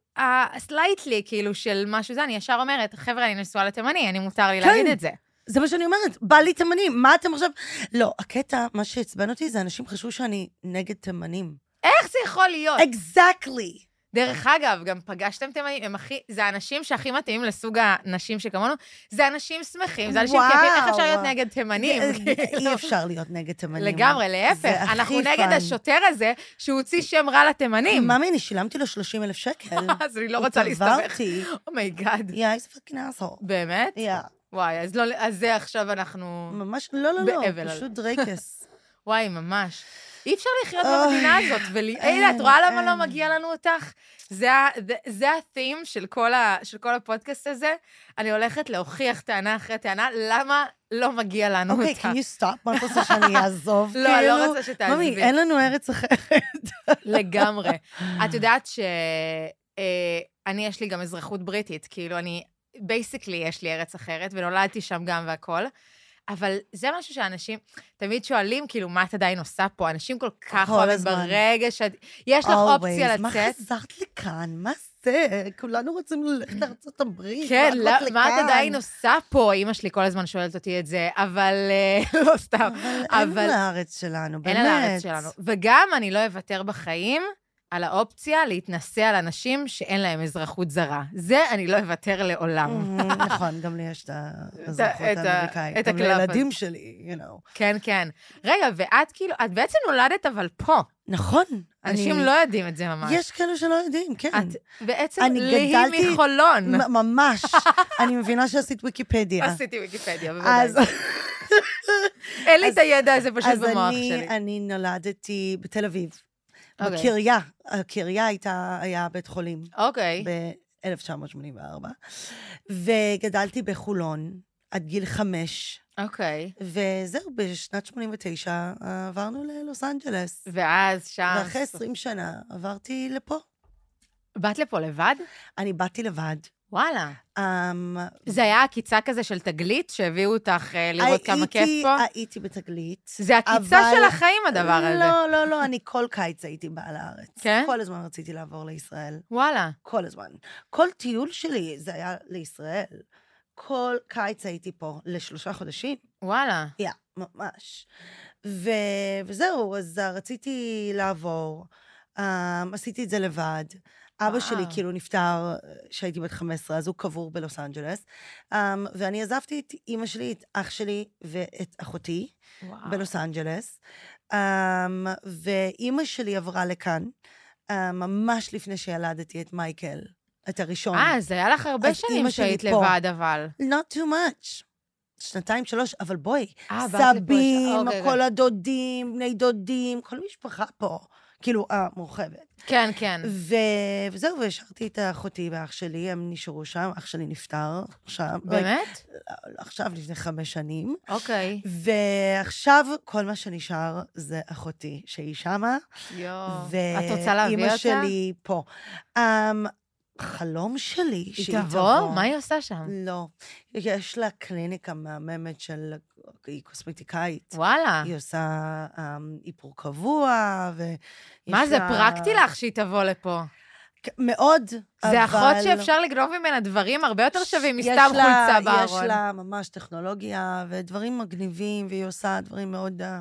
סלייטלי, כאילו, של משהו זה, אני ישר אומרת, חבר'ה, אני נשואה לתימני, אני מותר לי
כן.
להגיד את זה.
זה מה שאני אומרת, בא לי תימנים, מה אתם עכשיו... לא, הקטע, מה שעצבן אותי זה אנשים חשבו שאני נגד תימנים.
איך זה יכול להיות?
Exactly.
דרך אגב, גם פגשתם תימנים, הם הכי, זה האנשים שהכי מתאימים לסוג הנשים שכמונו, זה אנשים שמחים, זה אנשים
וואו.
כיפים, איך אפשר להיות נגד תימנים?
אה, אי אפשר להיות נגד תימנים.
לגמרי, להפך,
זה הכי
אנחנו נגד
פאן.
השוטר הזה שהוציא שם רע לתימנים.
מאמי, אני שילמתי לו 30 אלף שקל.
אז אני לא רוצה להסתבך.
התעברתי.
אומייגאד.
יא, איזה פאקינג אסו.
באמת?
יא,
וואי, אז לא, אז זה עכשיו אנחנו...
ממש, לא, לא,
באבל
לא,
על-
פשוט דרייפס.
וואי, ממש. אי אפשר לחיות
אוי,
במדינה הזאת, וליאלה,
אין,
את רואה למה
אין.
לא מגיע לנו אותך? זה ה- זה- זה ה-theme של כל ה- של כל הפודקאסט הזה. אני הולכת להוכיח טענה אחרי טענה, למה לא מגיע לנו
אוקיי,
אותך.
can you stop? מה את רוצה שאני אעזוב?
לא, אני לא
כאילו?
רוצה
מאמי,
שתעזבי.
אין לנו ארץ אחרת.
לגמרי. את יודעת ש... אה, אני, יש לי גם אזרחות בריטית, כאילו, אני... בייסיקלי יש לי ארץ אחרת, ונולדתי שם גם והכול. אבל זה משהו שאנשים תמיד שואלים, כאילו, מה את עדיין עושה פה? אנשים כל כך
כל
אוהבים
הזמן.
ברגע שאת... יש לך אופציה
Always. מה
לצאת.
חזרת לכאן? מה זה? כולנו רוצים ללכת לארצות הברית.
כן,
מה
לא-
לכאן?
מה את עדיין עושה פה? אימא שלי כל הזמן שואלת אותי את זה, אבל אה, לא סתם.
אבל...
אבל-
אין על הארץ שלנו, באמת.
אין על הארץ שלנו. וגם אני לא אוותר בחיים על האופציה להתנסה על אנשים שאין להם אזרחות זרה. זה אני לא אוותר לעולם.
Mhm, נכון, גם לי יש את האזרחות
את ה-
האמריקאית.
את
גם
הקלף הזה.
לילדים שלי, you know.
כן, כן. רגע, ואת כאילו, את בעצם נולדת אבל פה.
נכון.
אנשים
אני-
לא יודעים את זה ממש.
יש כאלו שלא יודעים, כן.
את בעצם
אני
ליהי
גדלתי-
מחולון.
מ- ממש. אני מבינה שעשית ויקיפדיה.
עשיתי ויקיפדיה,
אז
בוודאי. אין לי את הידע הזה פשוט
אז
במוח
אני-
שלי.
אני נולדתי בתל אביב.
אוקיי.
בקריה. הקריה הייתה, היה בית חולים.
אוקיי.
ב- 1984, וגדלתי בחולון עד גיל חמש,
אוקיי.
וזהו, בשנת 89 עברנו ללוס אנג'לס.
ואז שם...
ואחרי 20 שנה עברתי לפה.
באת לפה לבד?
אני באתי לבד.
וואלה.
אמ,
זה היה עקיצה כזה של תגלית שהביאו אותך אה, לראות כמה
הייתי-
כיף פה?
הייתי בתגלית.
זה עקיצה
אבל-
של החיים הדבר הזה.
לא, לא, לא, אני כל קיץ הייתי באה לארץ.
כן?
כל הזמן רציתי לעבור לישראל.
וואלה.
כל הזמן. כל טיול שלי זה היה לישראל. כל קיץ הייתי פה לשלושה חודשים.
וואלה.
יא, ממש. ו... וזהו, אז אה, רציתי לעבור. Um, עשיתי את זה לבד. אבא שלי
וואו.
כאילו נפטר כשהייתי בת 15, אז הוא קבור בלוס אנג'לס. Um, ואני עזבתי את אימא שלי, את אח שלי ואת אחותי
וואו.
בלוס אנג'לס. Um, ואימא שלי עברה לכאן, um, ממש לפני שילדתי את מייקל, את הראשון.
אה, אז היה לך הרבה
אז
שנים
אימא שלי
שהיית
פה.
לבד, אבל.
Not too much. שנתיים, שלוש, אבל בואי,
אה, באת לפה,
סבים, לא-
אוקיי,
כל הדודים, בני דודים, כל המשפחה פה, כאילו, המורחבת.
כן, כן.
ו... וזהו, והשארתי את אחותי ואח שלי, הם נשארו שם, אח שלי נפטר עכשיו. לא,
באמת?
עכשיו, לפני חמש שנים.
אוקיי.
ועכשיו כל מה שנשאר זה אחותי, שהיא שמה,
יואו. את רוצה להביא
ואימא
אותה?
שלי פה. אמ, חלום שלי
היא תבוא? מה היא עושה שם?
לא. יש לה קליניקה מהממת של... היא קוסמטיקאית.
וואלה.
היא עושה אמ, איפור קבוע, ו...
מה
יש
זה
לה-
פרקטי לך שהיא תבוא לפה.
כ- מאוד, אבל... לא.
זה אחות שאפשר לגנוב ממנה דברים הרבה יותר שווים
יש
מסתם
לה-
חולצה
יש
בארון.
לה ממש טכנולוגיה ודברים מגניבים, והיא עושה דברים מאוד אה,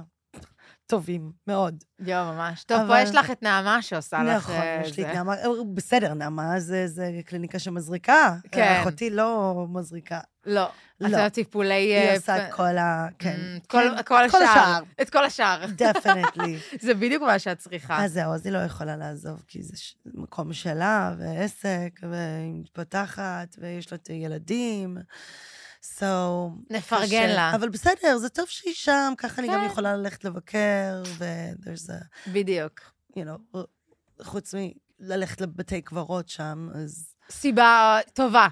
טובים, מאוד.
יואו, ממש. טוב, פה
אבל-
יש לך את נעמה שעושה לך...
נכון,
אה,
יש לי
זה.
את נעמה, אה, בסדר, נעמה זה, זה קליניקה שמזריקה.
כן.
אחותי לא מזריקה.
לא. את
לא.
יודעת, טיפולי...
היא
אה,
עושה
פ-
את כל ה... כן.
Mm, את
כן,
כל- את כל השאר. את כל השאר.
דפנטלי.
זה בדיוק מה שאת צריכה.
אז זהו, אז היא לא יכולה לעזוב, כי זה ש- מקום שלה, ועסק, והיא מתפתחת, ויש לה את הילדים. So...
נפרגן
קשה.
לה.
אבל בסדר, זה טוב שהיא שם, ככה אני גם
כן.
יכולה ללכת לבקר, ו-there's a,
בדיוק.
you know, חוץ מללכת לבתי קברות שם, אז...
סיבה טובה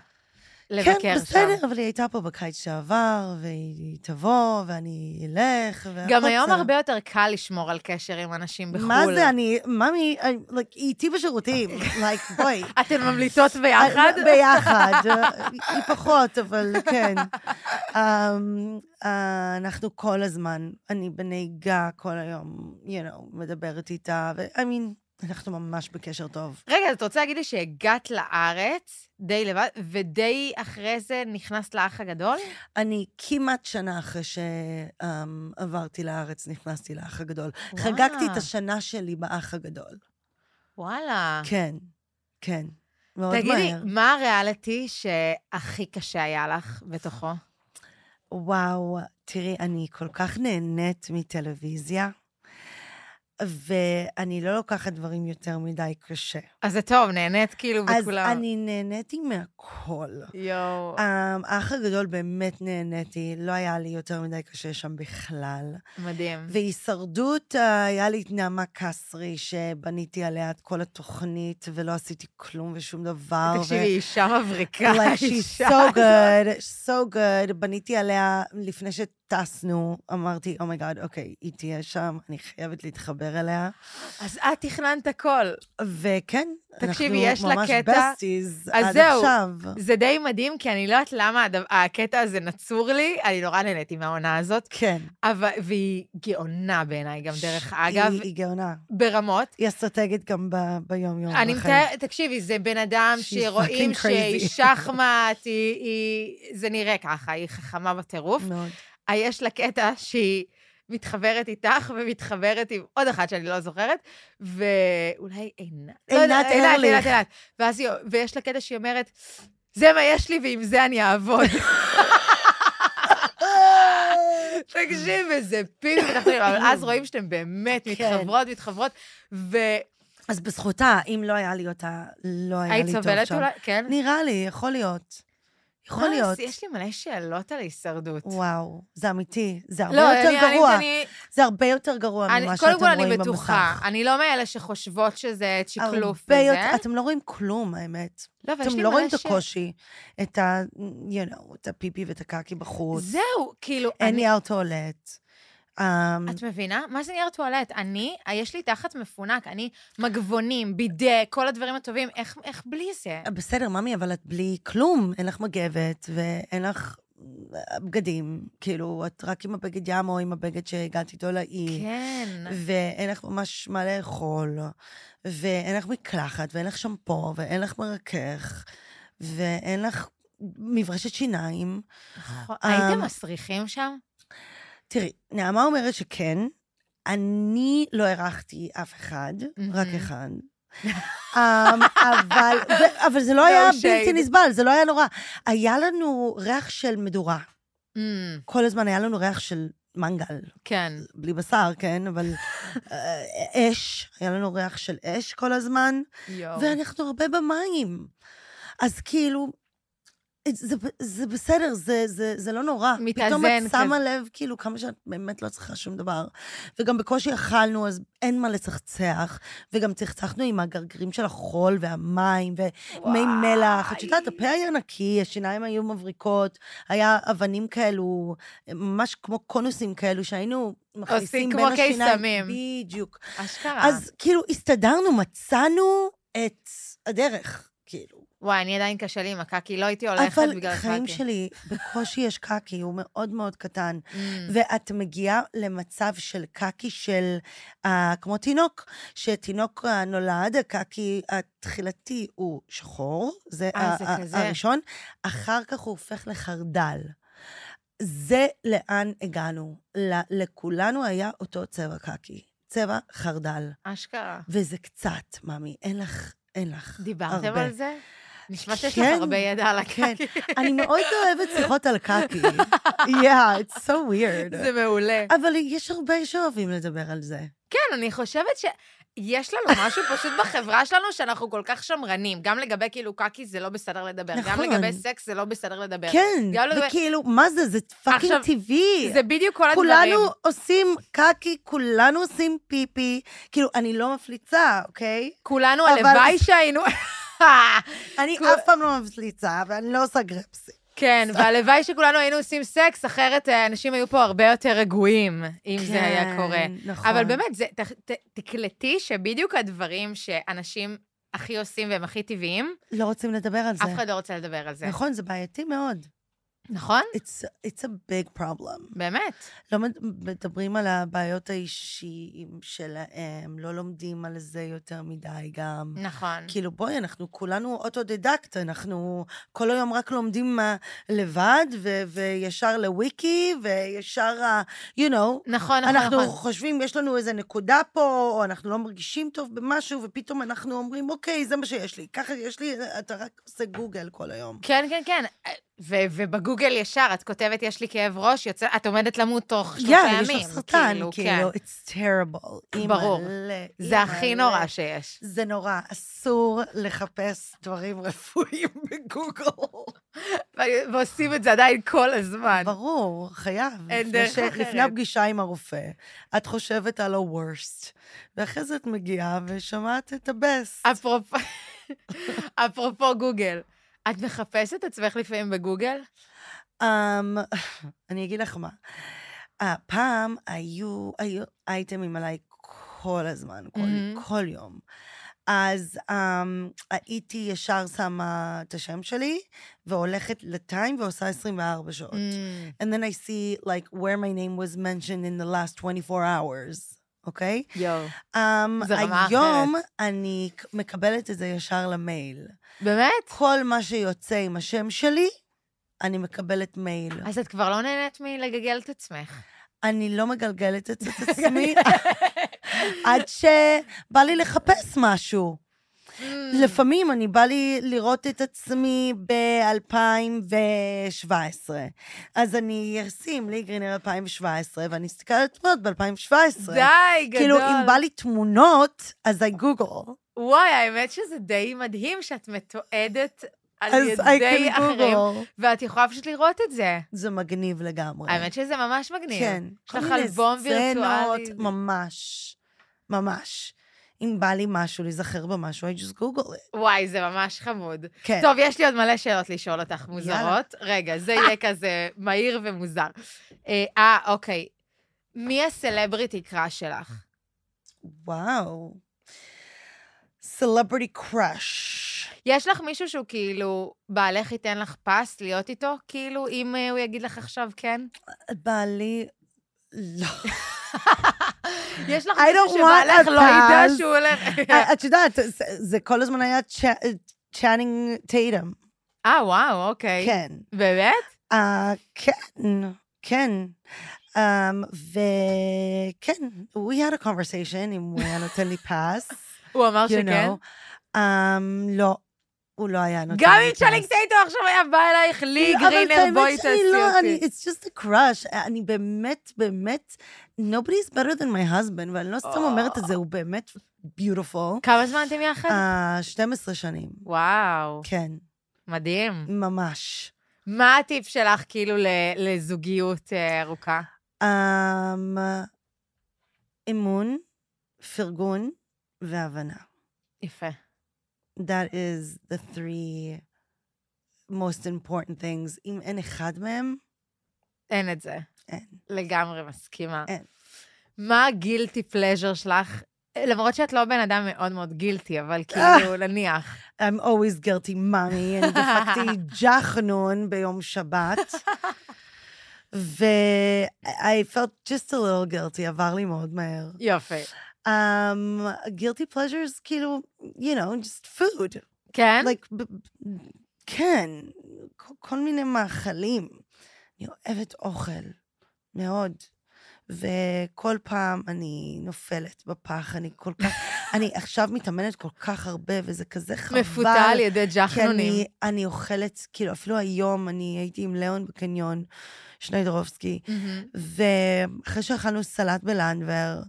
לבקר שם.
כן, בסדר, אבל היא הייתה פה בקיץ שעבר, והיא תבוא, ואני אלך, והכל
גם היום
בסדר.
הרבה יותר קל לשמור על קשר עם אנשים בחו"ל.
מה זה, אני, ממי, אני- like, היא איתי בשירותים, like, בואי.
אתן ממליצות ביחד?
אה, ביחד. היא פחות, אבל כן. אמ, אה, אנחנו כל הזמן, אני בנהיגה כל היום, you know, מדברת איתה, ו- I mean, אנחנו ממש בקשר טוב.
רגע, אז את רוצה להגיד לי שהגעת לארץ די לבד, ודי אחרי זה נכנסת לאח הגדול?
אני כמעט שנה אחרי שעברתי לארץ, נכנסתי לאח הגדול.
וואו.
חגגתי את השנה שלי באח הגדול.
וואלה.
כן, כן. מאוד מהר.
אה. תגידי, מה הריאליטי שהכי קשה היה לך בתוכו?
וואו, תראי, אני כל כך נהנית מטלוויזיה, ואני לא לוקחת דברים יותר מדי קשה.
אז זה טוב, נהנית כאילו
אז
בכולם.
אני נהניתי מהכל. אמ,
יואו,
אה, האח הגדול באמת נהניתי, לא היה לי יותר מדי קשה שם בכלל.
מדהים.
והישרדות, אה, היה לי את נעמה קסרי, שבניתי עליה את כל התוכנית, ולא עשיתי כלום ושום דבר. ו-
תקשיבי, אישה מבריקה,
like she's
אישה.
so good, so good. בניתי עליה לפני שטסנו, אמרתי, אומייגאד, אוקיי, היא תהיה שם, אני חייבת להתחבר אליה.
אז את תכננת הכל.
וכן,
תקשיבי, יש לה
ממש
קטע-
besties
אז
עד
זהו.
עכשיו.
זה די מדהים, כי אני לא יודעת למה הדבר- הקטע הזה נצור לי, אני נורא נהניתי מהעונה הזאת,
כן.
אבל, והיא גאונה בעיניי גם, דרך
היא-
אגב,
היא גאונה.
ברמות.
היא אסטרטגית גם ב- ביום-יום.
אני
לא, בחיים.
מתארת, תקשיבי, זה בן אדם
She's
שרואים
fucking crazy.
שהיא שחמט, היא, היא, זה נראה ככה, היא חכמה בטירוף.
מאוד.
אה, יש לה קטע שהיא מתחברת איתך ומתחברת עם עוד אחת שאני לא זוכרת, ואולי עינת. לא יודעת,
עינת ארליך.
עינת, עינת. ואז היא, ויש לה קטע שהיא אומרת, זה מה יש לי ועם זה אני אעבוד. תקשיב, איזה פיל מתחתונים, אבל אז רואים שאתן באמת
כן.
מתחברות, מתחברות, והיית
אז בזכותה, אם לא היה לי אותה, לא היה לי טוב שם.
סובלת אולי? כן.
נראה לי, יכול להיות. יכול
אה,
להיות.
יש לי מלא שאלות על הישרדות.
וואו, זה אמיתי, זה הרבה
לא,
יותר
נראה לי
גרוע.
שאני-
זה הרבה יותר גרוע
אני-
ממה שאתם
קודם כל,
רואים במוכח.
אני בטוחה. אני לא מאלה שחושבות שזה צ'יקלוף
הרבה
וזה.
יותר, אתם לא רואים כלום, האמת.
לא, אבל יש
אתם
לי
לא רואים את
מלא ש-
הקושי, את ה... you know, את הפיפי ואת הקקי בחוץ.
זהו, כאילו,
אין
אני-
נייר טואלט. אמ,
את מבינה? מה זה נייר טואלט? אני, יש לי תחת מפונק, אני מגבונים, בידה, כל הדברים הטובים, איך, איך בלי זה?
בסדר, ממי, אבל את בלי כלום. אין לך מגבת ואין לך אה, בגדים. כאילו, את רק עם הבגד ים או עם הבגד שהגעת איתו לאי.
כן.
ואין לך ממש מה לאכול, ואין לך מקלחת, ואין לך שמפו, ואין לך מרכך, ואין לך מברשת שיניים.
נכון.
אמ,
הייתם מסריחים שם?
תראי, נעמה אומרת שכן, אני לא אירחתי אף אחד, רק
מהמם.
אחד. um, אבל, ו- אבל זה לא היה
No shade.
בלתי נסבל, זה לא היה נורא. היה לנו ריח של מדורה.
אמ,
כל הזמן היה לנו ריח של מנגל.
כן.
בלי בשר, כן? אבל אה, אש, היה לנו ריח של אש כל הזמן,
יואו.
ואנחנו הרבה במים. אז כאילו, זה, זה בסדר, זה, זה, זה לא נורא.
מתאזן כן.
פתאום את שמה
כזה.
לב, כאילו, כמה שאת באמת לא צריכה שום דבר. וגם בקושי אכלנו, אז אין מה לצחצח. וגם צחצחנו עם הגרגירים של החול והמים, ומי מלח. את יודעת, הפה היה נקי, השיניים היו מבריקות, היה אבנים כאלו, ממש כמו קונוסים כאלו, שהיינו מכניסים
כמו
בין השיניים.
קיסמים.
בדיוק.
אשכרה.
אז כאילו, הסתדרנו, מצאנו את הדרך, כאילו.
וואי, אני עדיין קשה לי עם הקקי, לא הייתי הולכת
אבל
בגלל הקקי.
חיים שלי, בקושי יש קקי, הוא מאוד מאוד קטן.
אמ,
ואת מגיעה למצב של קקי של, uh, כמו תינוק, שתינוק אה, נולד, הקקי התחילתי הוא שחור, זה,
אה,
ה-
זה
ה-
כזה.
הראשון, אחר כך הוא הופך לחרדל. זה לאן הגענו. ל- לכולנו היה אותו צבע קקי, צבע חרדל.
אשכרה.
וזה קצת, ממי, אין לך, אין לך.
דיברתם
הרבה.
על זה? נשמע שיש
כן,
לך הרבה ידע על
כן.
הקקי.
אני מאוד אוהבת שיחות על קקי. Yeah, it's so weird.
זה מעולה.
אבל יש הרבה שאוהבים לדבר על זה.
כן, אני חושבת שיש לנו משהו פשוט בחברה שלנו שאנחנו כל כך שמרנים. גם לגבי כאילו קקי זה לא בסדר לדבר, גם
נכון.
לגבי סקס זה לא בסדר לדבר.
כן,
גם לגבי-
וכאילו, מה זה? זה פאקינג
עכשיו,
טבעי.
זה בדיוק כל הדברים.
כולנו עושים קקי, כולנו עושים פיפי. כאילו, אני לא מפליצה, אוקיי?
כולנו,
אבל-
הלוואי שהיינו...
אני
כל-
אף פעם לא מפליצה, ואני לא עושה גרפסים.
כן, והלוואי שכולנו היינו עושים סקס, אחרת אה, אנשים היו פה הרבה יותר רגועים, אם זה היה קורה.
נכון.
אבל באמת, זה, ת, ת, תקלטי שבדיוק הדברים שאנשים הכי עושים והם הכי טבעיים,
לא רוצים לדבר על זה.
אף אחד לא רוצה לדבר על זה.
נכון, זה בעייתי מאוד.
נכון?
It's, it's a big problem.
באמת.
לא מד- מדברים על הבעיות האישיים שלהם, לא לומדים על זה יותר מדי גם.
נכון.
כאילו, בואי, אנחנו כולנו אוטודידקט, אנחנו כל היום רק לומדים מה לבד, ו- וישר לוויקי, וישר ה... you know.
נכון, נכון,
אנחנו
נכון.
חושבים, יש לנו איזו נקודה פה, או אנחנו לא מרגישים טוב במשהו, ופתאום אנחנו אומרים, אוקיי, זה מה שיש לי. ככה יש לי, אתה רק עושה גוגל כל היום.
כן, כן, כן. ו- ובגוגל ישר, את כותבת, יש לי כאב ראש, יוצא, את עומדת למות תוך שלושה
יאללה, יש
ימים.
לך סרטן,
כאילו,
כאילו,
כן.
it's terrible.
ברור.
אימא'לה,
זה הכי
אימא'לה.
נורא שיש.
זה נורא, אסור לחפש דברים רפואיים בגוגל.
ו- ועושים את זה עדיין כל הזמן.
ברור, חייב.
אין
לפני
דרך
ש-
אחרת.
לפני הפגישה עם הרופא, את חושבת על ה-worst, ואחרי זה את מגיעה ושומעת את ה-best.
אפרופו, אפרופו גוגל, את מחפשת עצמך לפעמים בגוגל?
אמ, אני אגיד לך מה. הפעם היו, היו אייטמים עליי כל הזמן, כל,
Mhm.
כל יום. אז um, הייתי ישר שמה את השם שלי, והולכת לטיים ועושה 24 שעות.
Mm,
And then I see like where my name was mentioned in the last 24 hours, אוקיי?
יואו.
Um,
זה רמה
היום אני ק- מקבלת את זה ישר למייל.
באמת?
כל מה שיוצא עם השם שלי, אני מקבלת מייל.
אז את כבר לא נהנית מלגגל את עצמך.
אני לא מגלגלת את את עצמי עד שבא לי לחפש משהו.
Mm,
לפעמים אני בא לי לראות את עצמי ב-2017. אז אני אשים לי גרינר 2017, ואני אסתכל על תמונות ב-2017.
די, גדול.
כאילו, אם בא לי תמונות, אז I Google.
וואי, האמת שזה די מדהים שאת מתועדת על
אז I
ידי
can
אחרים,
Google.
ואת יכולה פשוט לראות את זה.
זה מגניב לגמרי.
האמת שזה ממש מגניב.
כן.
יש
כל
לך
מיני
אלבום
סצנות,
וירטואלי.
ממש. ממש. אם בא לי משהו, להיזכר במשהו, I just google it.
וואי, זה ממש חמוד.
כן.
טוב, יש לי עוד מלא שאלות לשאול אותך מוזרות. רגע, זה יהיה כזה מהיר ומוזר. אה, אה, אוקיי. מי הסלבריטי קראש שלך?
וואו. סלבריטי קראש.
יש לך מישהו שהוא כאילו, בעלך ייתן לך פס להיות איתו? כאילו, אם אה, הוא יגיד לך עכשיו כן?
בעלי... לא.
יש לך
I
מישהו
don't
שבעלך
want a
לא ידע
pass.
שהוא הולך...
את יודעת, זה- זה כל הזמן היה צ'אנינג טייטם.
אה, וואו, אוקיי.
כן.
באמת?
אה, כן, כן. Um, וכן, we had a conversation אם הוא היה נותן לי פס,
הוא אמר
you
שכן?
know. Um, לא, הוא לא היה נותן לי פס.
גם אם צ'לינג טייטו עכשיו היה בא אלייך, לי
אבל
גרינר,
האמת
בואי
שאני
תעשי
לא, אני,
אותי.
it's just a crush, אני באמת, באמת, nobody is better than my husband, ואני לא סתם אומרת את זה, הוא באמת beautiful.
כמה זמן אתם יחד?
אה, 12 שנים,
וואו,
כן,
מדהים.
ממש.
מה הטיפ שלך כאילו ל- לזוגיות אה, ארוכה?
אמ, אמון, פרגון והבנה.
יפה.
That is the three most important things. אם אין אחד מהם,
אין את זה.
אין.
לגמרי מסכימה.
אין.
מה הגילטי פלז'ר שלך? למרות שאת לא בן אדם מאוד מאוד גילטי,
אה.
אבל כאילו, נניח.
I'm always guilty mommy, אני דפקתי ג'חנון ביום שבת. ו- I felt just a little guilty, עבר לי מאוד מהר.
יופי.
Um, guilty pleasures, כאילו, you know, just food.
כן?
like, ב- ב- כן, כל, כל מיני מאכלים. אני אוהבת אוכל, מאוד. וכל פעם אני נופלת בפח, אני כל כך... אני עכשיו מתאמנת כל כך הרבה, וזה כזה חבל.
מפותה על ידי
כי אני,
ג'חנונים.
אני אוכלת, כאילו, אפילו היום אני הייתי עם ליאון בקניון, שניידרובסקי,
מהמם.
ואחרי שאכלנו סלט בלנדבר,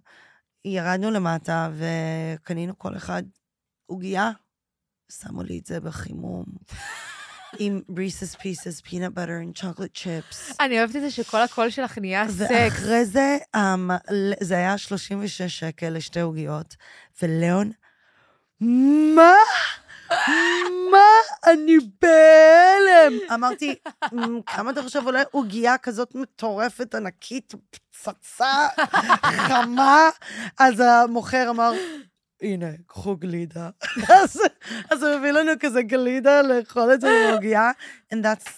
ירדנו למטה וקנינו כל אחד עוגייה. שמו לי את זה בחימום. עם ריסס פיסס, פינת בטר וצ'וקולד צ'יפס.
אני אוהבת את זה שכל הקול שלך נהיה סקס.
ואחרי זה, אמ, ל- זה היה 36 שקל לשתי עוגיות, וליאון, מה? מה? אני בהלם! אמרתי, "מ, כמה אתה חושב עולה עוגייה כזאת מטורפת, ענקית, פצצה, חמה? אז המוכר אמר, הנה, קחו גלידה. אז, אז הוא הביא לנו כזה גלידה לאכול את זה עם עוגייה, and that's,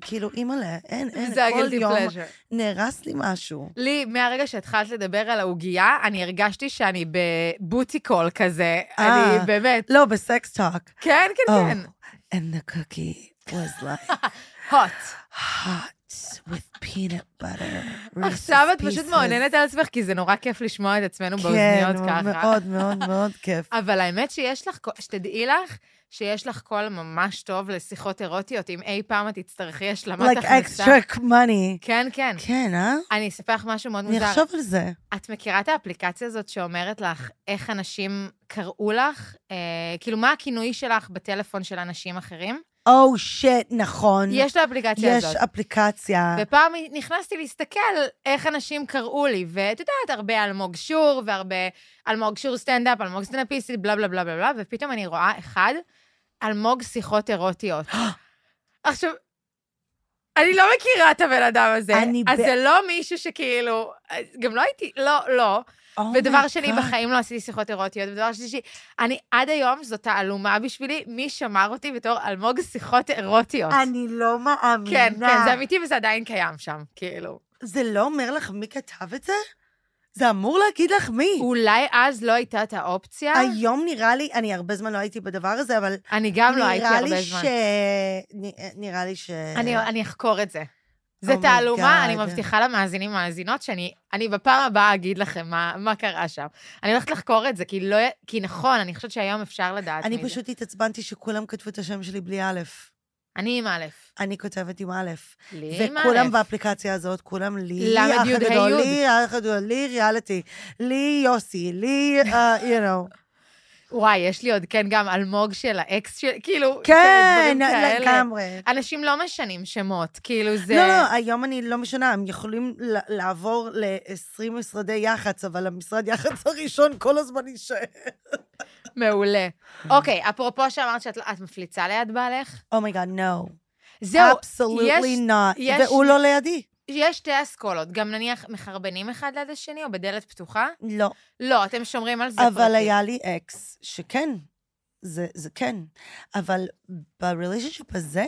כאילו, אימא'לה, אין, אין,
זה
כל
הגילטי
יום
פלז'ר.
נהרס לי משהו.
לי, מהרגע שהתחלת לדבר על העוגייה, אני הרגשתי שאני בבוטיקול כזה.
אה.
אני באמת...
לא, בסקס טוק.
כן, כן,
Oh,
כן.
And the cookie was like
הוט.
hot with peanut butter.
עכשיו את
Reese's
פשוט
Pieces.
מעוננת על עצמך, כי זה נורא כיף לשמוע את עצמנו באוזניות
כן,
ככה.
מאוד מאוד מאוד כיף.
אבל האמת שיש לך, קול- שתדעי לך, שיש לך קול ממש טוב לשיחות אירוטיות, אם אי פעם את תצטרכי השלמת
Like
הכנסה.
extra money.
כן, כן.
כן, אה?
אני אספר לך משהו מאוד
אני
מוזר.
אחשוב על זה.
את מכירה את האפליקציה הזאת שאומרת לך איך אנשים קראו לך? אה, כאילו, מה הכינוי שלך בטלפון של אנשים אחרים?
או שיט, Oh, נכון.
יש את האפליקציה
יש אה.
הזאת.
אפליקציה.
ופעם נכנסתי להסתכל איך אנשים קראו לי, ואת יודעת, הרבה אלמוג שור, והרבה אלמוג שור סטנדאפ, אלמוג סטנדאפיסטית, בלה בלה בלה בלה בלה, ופתאום אני רואה אחד, אלמוג שיחות אירוטיות. עכשיו, אני לא מכירה את הבן אדם הזה,
אני
אז
ב-
זה לא מישהו שכאילו, אז גם לא הייתי, לא, לא.
Oh my
ודבר שני,
God.
בחיים לא עשיתי שיחות אירוטיות, ודבר שלישי, אני עד היום, זאת תעלומה בשבילי, מי שמר אותי בתור אלמוג שיחות אירוטיות.
אני לא מאמינה.
כן, כן, זה אמיתי וזה עדיין קיים שם, כאילו.
זה לא אומר לך מי כתב את זה? זה אמור להגיד לך מי.
אולי אז לא הייתה את האופציה?
היום נראה לי, אני הרבה זמן לא הייתי בדבר הזה, אבל
אני גם לא הייתי
נראה
הרבה
לי
זמן.
ש... נ- אה, נראה לי ש...
אני- לא אני אחקור את זה. זה
Oh my
תעלומה,
God.
אני מבטיחה למאזינים ומאזינות שאני אני בפעם הבאה אגיד לכם מה מה קרה שם. אני הולכת לחקור את זה, כי לא... כי נכון, אני חושבת שהיום אפשר לדעת מי
אני
זה.
פשוט התעצבנתי שכולם כתבו את השם שלי בלי א'.
אני עם א',
אני כותבת עם א'.
לי עם א'.
וכולם באפליקציה הזאת, כולם לי,
למד,
האח
יוד, ה',
הגדול,
יוד.
לי, האח הגדול, לי ריאליטי, לי יוסי, לי, אה, you know.
וואי, יש לי עוד, כן, גם אלמוג של האקס של, כאילו,
כן,
דברים כאלה.
לגמרי.
אנשים לא משנים שמות, כאילו זה...
לא, לא, היום אני לא משנה, הם יכולים ל- לעבור ל-20 משרדי יח"צ, אבל המשרד יח"צ הראשון כל הזמן יישאר.
מעולה. אוקיי, אפרופו שאמרת שאת לא- את מפליצה ליד בעלך,
אומייגאד, Oh no. אה,
זהו, יש-
Absolutely not.
יש-
והוא לא לידי.
יש שתי אסכולות, גם נניח מחרבנים אחד ליד השני או בדלת פתוחה?
לא.
לא, אתם שומרים על זה
אבל
פרטי.
היה לי אקס שכן, זה, זה כן. אבל בריליישנשיפ הזה,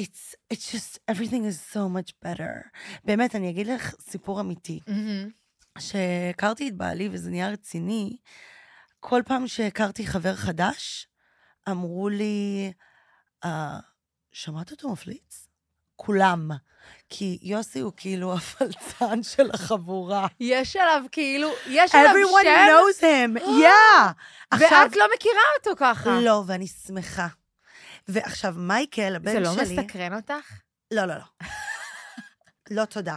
it's, it's just, everything is so much better. באמת, אני אגיד לך סיפור אמיתי.
מהמם.
כשהכרתי את בעלי, וזה נהיה רציני, כל פעם שהכרתי חבר חדש, אמרו לי, אה, שמעת אותו מפליץ? כולם. כי יוסי הוא כאילו הפלצן של החבורה.
יש עליו כאילו, יש עליו
Everyone
שם,
knows him, yeah. עכשיו,
ואת לא מכירה אותו ככה.
לא, ואני שמחה. ועכשיו, מייקל, הבן
זה
שלי...
לא מסקרן אותך?
לא, לא, לא. לא תודה.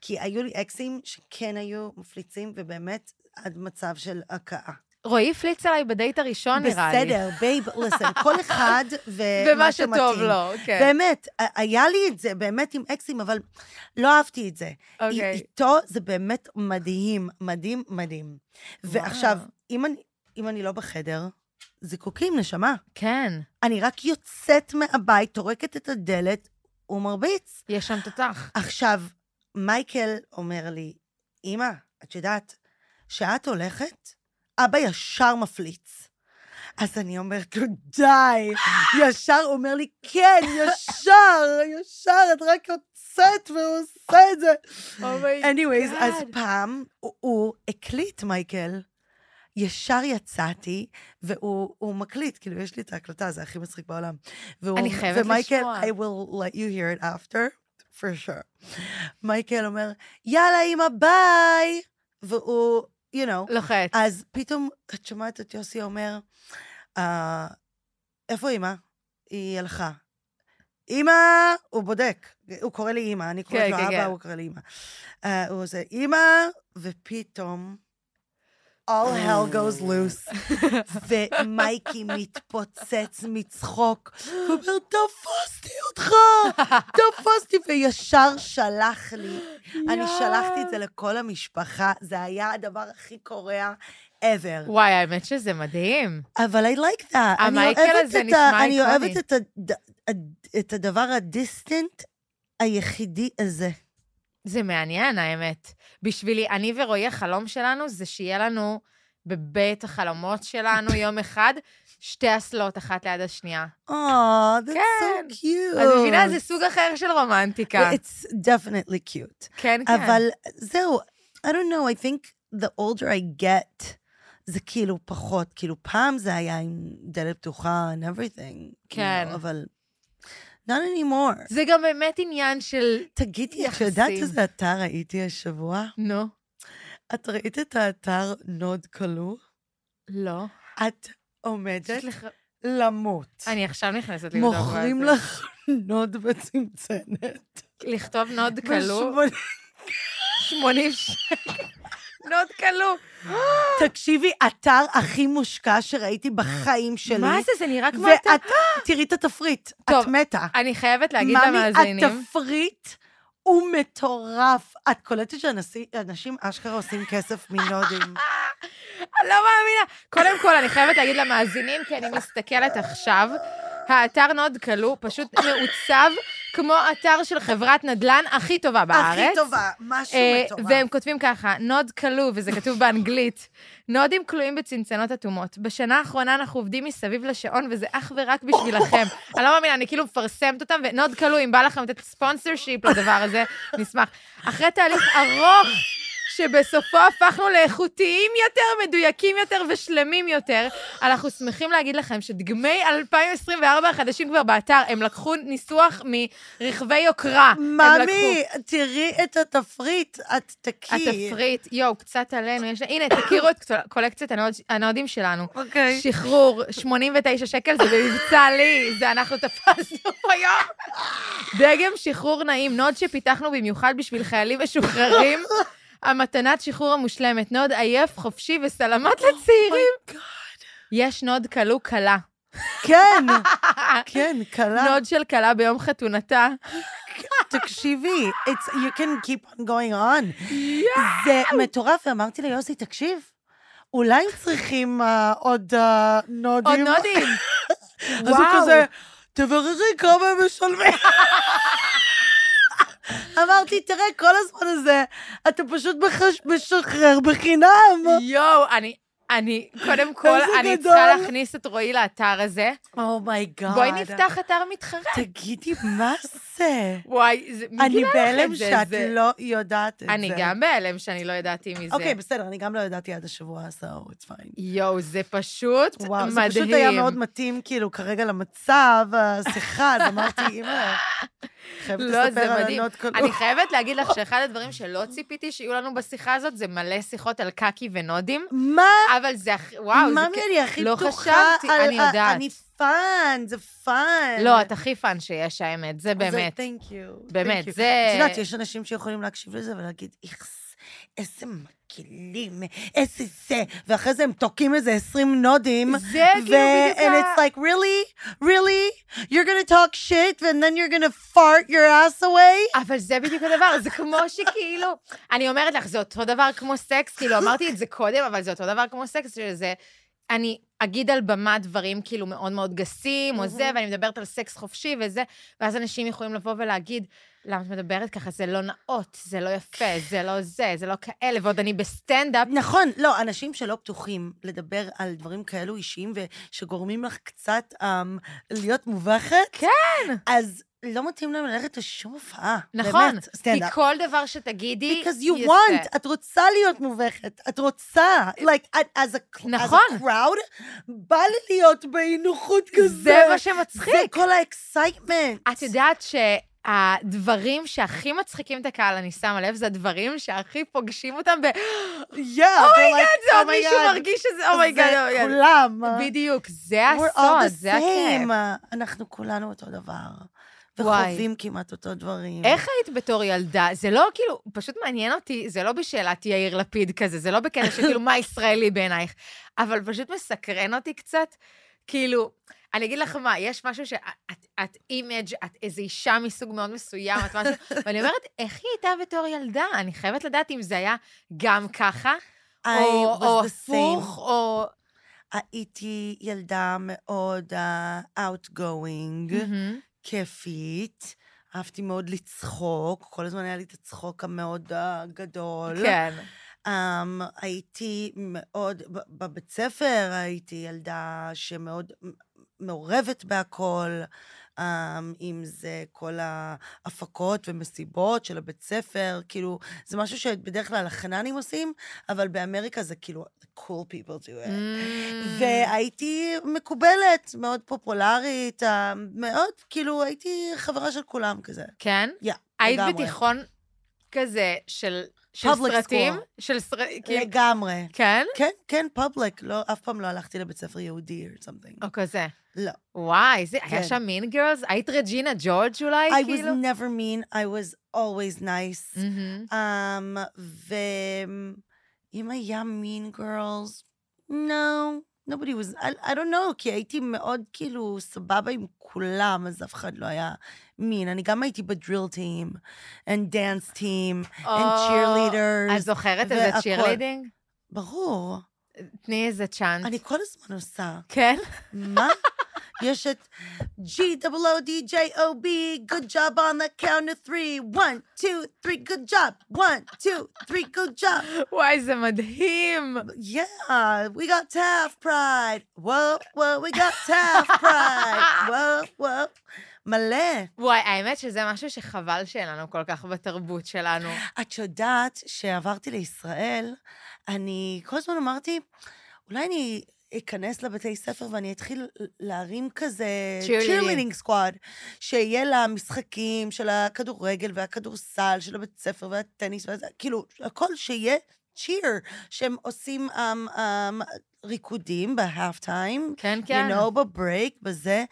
כי היו לי אקסים שכן היו מפליצים, ובאמת, עד מצב של הכאה.
רועי הפליץ עליי בדייט הראשון, לא נראה לי.
בסדר, בייב, לסן, כל אחד ומה
ומה שטוב
שמתאים.
לו, כן.
באמת, ה- היה לי את זה, באמת עם אקסים, אבל לא אהבתי את זה. אי-
אוקיי.
איתו זה באמת מדהים, מדהים, מדהים. ועכשיו,
וואו.
אם אני- אם אני לא בחדר, זיקוקים, נשמה.
כן,
אני רק יוצאת מהבית, טורקת את הדלת ומרביץ.
יש שם תותח.
עכשיו, מייקל אומר לי, אמא, את יודעת, כשאת הולכת, אבא ישר מפליץ. אז אני אומרת לו, די. ישר הוא אומר לי, כן, ישר, ישר, את רק יוצאת והוא עושה את זה.
אומייגאד.
anyways, אז פעם הוא- הוא הקליט, מייקל. ישר יצאתי, והוא הוא מקליט, כאילו, יש לי את ההקלטה, זה הכי מצחיק בעולם. והוא,
אני חייבת
ומייקל,
לשמוע.
I will let you hear it after, for sure. מייקל אומר, יאללה, אמא, ביי! והוא, you know,
לוחץ.
אז פתאום את שומעת את יוסי אומר, "אה, איפה אמא? היא הלכה. אמא, הוא בודק, הוא קורא לי אמא, אני קוראת
כן,
לו
כן,
אבא,
כן.
הוא קורא לי אמא. אה, הוא עושה אמא, ופתאום, all hell goes loose, ומייקי מתפוצץ מצחוק, הוא אומר, תפסתי אותך, תפסתי, וישר שלח לי אני שלחתי את זה לכל המשפחה, זה היה הדבר הכי קורע ever.
וואי, האמת שזה מדהים.
אבל I like that. אני
המייקל
אוהבת
אה, הזה
את ה-
נשמע איקוני.
אני אוהבת את, הד... הד- את הדבר הדיסטנט היחידי הזה.
זה מעניין, האמת. בשבילי, אני ורועי, החלום שלנו זה שיהיה לנו בבית החלומות שלנו יום אחד, שתי אסלות אחת ליד השנייה.
או, that's
כן.
so cute.
את מבינה? זה סוג אחר של רומנטיקה.
It's definitely cute.
כן, כן.
אבל זהו, I don't know, I think the older I get, זה כאילו פחות, כאילו פעם זה היה עם דלת פתוחה and everything.
כן.
כאילו, אבל not anymore.
זה גם באמת עניין של...
תגידי, את
יחסים.
יודעת איזה אתר ראיתי השבוע?
נו,
את ראית את האתר נוד כלוא?
לא.
את עומדת
יש לך-
למות.
אני עכשיו נכנסת לבדוק. מה
מוכרים
זה.
לך נוד בצנצנת.
לכתוב נוד כלוא?
בשמונה-
80 שקל. נוד כלוא.
תקשיבי, אתר הכי מושקע שראיתי בחיים שלי.
מה זה? זה נראה כמו... אתה-
ואת תראי את התפריט, את
טוב,
מתה.
אני חייבת להגיד
ממי,
למאזינים.
התפריט הוא מטורף. את קולטת שאנשים אשכרה עושים כסף מנודים.
לא מאמינה. קודם כל, אני חייבת להגיד למאזינים, כי אני מסתכלת עכשיו, האתר נוד כלוא פשוט מעוצב כמו אתר של חברת נדל"ן הכי טובה בארץ.
הכי טובה, משהו
אה,
מטורף.
והם כותבים ככה, נוד כלוא, וזה כתוב באנגלית, נודים כלואים בצנצנות אטומות. בשנה האחרונה אנחנו עובדים מסביב לשעון, וזה אך ורק בשבילכם. אני לא מאמינה, אני כאילו מפרסמת אותם, ונוד כלוא, אם בא לכם לתת ספונסר שיפ לדבר הזה, נשמח. אחרי תהליך ארוך, שבסופו הפכנו לאיכותיים יותר, מדויקים יותר ושלמים יותר, אנחנו שמחים להגיד לכם שדגמי 2024 החדשים כבר באתר, הם לקחו ניסוח מרכבי יוקרה. הם לקחו-
ממי, תראי את התפריט, את תקי.
התפריט, יואו, קצת עלינו. יש... הנה, תכירו את קולקציית הנוד... הנודים שלנו.
אוקיי.
שחרור, 89 שקל, זה במבצע לי, זה אנחנו תפסנו פה יום. דגם שחרור נעים, נוד שפיתחנו במיוחד בשביל חיילים משוחררים. המתנת שחרור המושלמת, נוד עייף, חופשי וסלמת לצעירים.
God.
יש נוד כלו כלה.
כן, כן, קלה.
נוד של כלה ביום חתונתה.
תקשיבי, it's, you can keep on going on. זה מטורף, ואמרתי ליוסי, תקשיב, אולי הם צריכים אה, עוד אה, נודים.
עוד נודים.
אז הוא
וואו.
כזה, תבררי כמה הם משלמים. אמרתי, תראה, כל הזמן הזה, אתה פשוט מחש- משחרר בחינם.
יואו, אני... אני, קודם כל,
איזה
אני
גדול.
צריכה להכניס את רועי לאתר הזה.
Oh אומייגאד.
בואי נפתח אתר מתחרה.
תגידי, מה זה?
וואי, זה- מי
אני
גילה לך
בהלם
את זה?
שאת
זה-
לא יודעת את זה.
אני גם בהלם שאני לא ידעתי מזה.
אוקיי, בסדר, אני גם לא ידעתי עד השבוע, so it's fine.
יואו, זה פשוט
וואו,
מדהים.
זה פשוט היה מאוד מתאים, כאילו, כרגע למצב, השיחה, אז אמרתי, אימא, חייבת
לא,
לספר
זה
על
מדהים.
הנוט כל...
אני חייבת להגיד לך שאחד הדברים שלא ציפיתי שיהיו לנו בשיחה הזאת, זה מלא שיחות על קקי ונודים,
מה?
אבל זה... הכ- וואו, זה...
מאמי,
כ-
אני הכי
לא
פתוחה.
חשבתי,
על-
אני יודעת.
אני פאן, זה פאן.
לא, את הכי פאן שיש, האמת, זה באמת.
תנק יו.
באמת, זה-
את יודעת, יש אנשים שיכולים להקשיב לזה ולהגיד, איכס, איזה מקלים, איזה זה, ואחרי זה הם תוקעים איזה 20 נודים.
זה כאילו
ו-
בדיוק
and
ה-
it's like, really? Really? You're gonna talk shit and then you're gonna fart your ass away?
אבל זה בדיוק הדבר, זה כמו שכאילו, אני אומרת לך, זה אותו דבר כמו סקס, כאילו, אמרתי את זה קודם, אבל זה אותו דבר כמו סקס, שזה, אני אגיד על במה דברים כאילו מאוד מאוד גסים, או זה, ואני מדברת על סקס חופשי וזה, ואז אנשים יכולים לבוא ולהגיד, למה את מדברת ככה? זה לא נאות, זה לא יפה, זה לא זה, זה לא כאלה, ועוד אני בסטנדאפ.
נכון, לא, אנשים שלא פתוחים לדבר על דברים כאלו אישיים ושגורמים לך קצת um, להיות מובכת. כן. אז לא מתאים להם ללכת לשום הופעה.
נכון,
באמת,
כי
סטנדאפ.
כל דבר שתגידי,
Because you
יעשה.
want, את רוצה להיות מובכת, את רוצה. Like, at- as a,
נכון.
as a crowd, בא לי להיות באי נוחות כזה.
זה מה שמצחיק. אה,
זה כל האקסייטמנט.
את יודעת שהדברים שהכי מצחיקים את הקהל, אני שמה לב, זה הדברים שהכי פוגשים אותם ב...
Yeah,
אומייגאד, Oh זה עוד מישהו מרגיש Oh שזה... אומייגאד,
Oh זה
אומייגאד.
כולם.
בדיוק, זה
We're all
הסוד,
the
זה הכיף.
same. אנחנו כולנו אותו דבר.
וואי.
וחווים כמעט אותו דברים.
איך היית בתור ילדה? זה לא כאילו, פשוט מעניין אותי, זה לא בשאלת יאיר לפיד כזה, זה לא בקטע שכאילו מה ישראלי בעינייך, אבל פשוט מסקרן אותי קצת, כאילו, אני אגיד לך מה, יש משהו שאת את אימג', את איזו אישה מסוג מאוד מסוים, את משהו, ואני אומרת, איך היא הייתה בתור ילדה? אני חייבת לדעת אם זה היה גם ככה,
I
או
was
או
the same.
הפוך, או...
הייתי ילדה מאוד אה, outgoing,
מהמם.
כיפית. אהבתי מאוד לצחוק, כל הזמן היה לי את הצחוק המאוד אה, גדול.
כן.
Um, הייתי מאוד, ב- בבית ספר הייתי ילדה שמאוד מ- מעורבת בהכל, um, אם זה כל ההפקות ומסיבות של הבית ספר, כאילו, זה משהו שבדרך כלל החננים עושים, אבל באמריקה זה כאילו, the cool people do it.
Mm.
והייתי מקובלת, מאוד פופולרית, אה, מאוד, כאילו, הייתי חברה של כולם כזה.
כן?
יא,
היית
לגמרי.
בתיכון כזה של, של
Public
סרטים?
school.
של סרטים?
לגמרי.
כן?
כן, כן, פאבליק, לא, אף פעם לא הלכתי לבית ספר יהודי or something.
או כזה.
לא.
וואי, זה, היה
כן.
שם מין גרלס? היית רג'ינה ג'ורג' אולי,
I was
כאילו? Mm-hmm.
never mean, I was always nice.
מהמם.
Um, ואם היה mean girls, no, nobody was, I, I don't know, כי הייתי מאוד כאילו סבבה עם כולם, אז אף אחד לא היה mean. אני גם הייתי בדריל טים, and dance team, and
או, את
cheerleaders.
זוכרת איזה
והכל.
צ'ירלידינג?
ברור,
תני איזה צ'אנט.
אני כל הזמן עושה.
כן?
מה? יש את G-O-O-D-J-O-B, good job on the count of three, one, two, three, good job, one, two, three, good job.
וואי, זה מדהים.
Yeah, we got TAF pride. Whoa, whoa, we got TAF pride. Whoa, whoa. מלא.
וואי, האמת שזה משהו שחבל שאין לנו כל כך בתרבות שלנו.
את יודעת שעברתי לישראל, אני כל הזמן אמרתי, אולי אני אכנס לבתי ספר ואני אתחיל להרים כזה
Cheerleading.
cheerleading squad, שיהיה לה משחקים של הכדורגל והכדורסל של הבית ספר והטניס, וזה, כאילו, הכל שיהיה cheer, שהם עושים um, um, ריקודים בהאף טיים,
כן, כן.
you know, בברייק, בזה.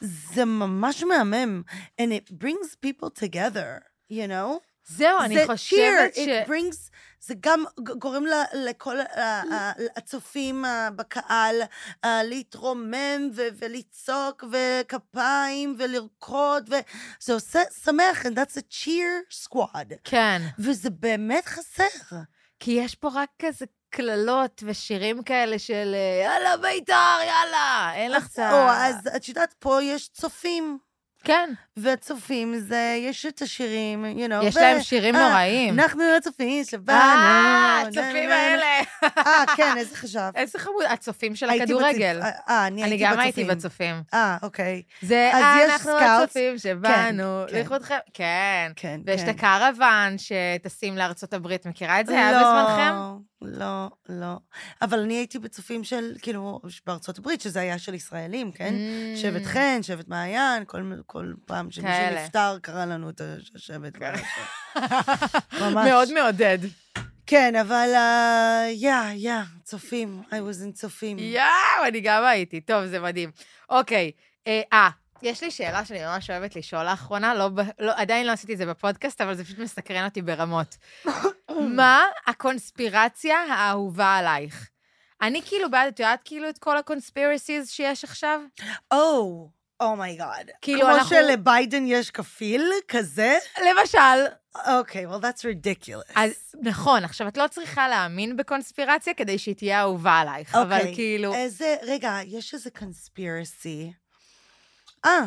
זה ממש מהמם. Oh, And it brings people together, you know?
זהו, אני
זה
חושבת
cheer,
ש...
it brings, זה גם ג- גורם ל- לכל ה- ה- הצופים אה, בקהל אה, להתרומם ו- ולצעוק וכפיים ולרקוד, וזה עושה שמח, and that's a cheer squad.
כן.
וזה באמת חסר.
כי יש פה רק כזה קללות ושירים כאלה של אה, יאללה בית"ר, יאללה, אין לך את
אז-
ה...
או, אז את יודעת, פה יש צופים,
כן,
והצופים זה, יש את השירים, you know.
יש
ו-
להם שירים
אה,
נוראים.
אנחנו הצופים שבאנו.
אה,
נה,
הצופים
נה, נה.
האלה.
אה, כן, איזה חשב.
איזה חמוד, הצופים של
הייתי
הכדורגל.
בצופ- אה, אה, אני
אני
הייתי בצופים.
גם הייתי בצופים.
אה, אוקיי.
זה
אז יש
אנחנו
סקאוטס?
הצופים שבאנו,
כן, כן.
לכבודכם, כן.
כן,
ויש
כן.
את הקרוון שטסים לארצות הברית, מכירה את זה? היה בזמנכם?
לא, לא. אבל אני הייתי בצופים של, כאילו, בארצות הברית, שזה היה של ישראלים, כן?
Mm.
שבט חן, שבט מעיין, כל, כל פעם שמישהו
כאלה.
נפטר, קרא לנו את השבט. ממש.
מאוד מעודד.
כן, אבל, אה, יא, יא, צופים. I was in צופים.
יואו, אני גם הייתי. טוב, זה מדהים. אוקיי, אה, אה, יש לי שאלה שאני ממש אוהבת לשאול לאחרונה, לא, ב- לא, עדיין לא עשיתי את זה בפודקאסט, אבל זה פשוט מסקרן אותי ברמות. מה הקונספירציה האהובה עלייך? אני כאילו בעד, את יודעת כאילו את כל הקונספירסיז שיש עכשיו?
או, אומייגאד.
כאילו,
oh כמו
אנחנו-
שלביידן יש כפיל כזה?
למשל,
אוקיי, well, that's ridiculous.
אז נכון, עכשיו את לא צריכה להאמין בקונספירציה כדי שהיא תהיה אהובה עלייך, אבל
אוקיי,
כאילו,
איזה, רגע, יש איזה קונספירסי. אה,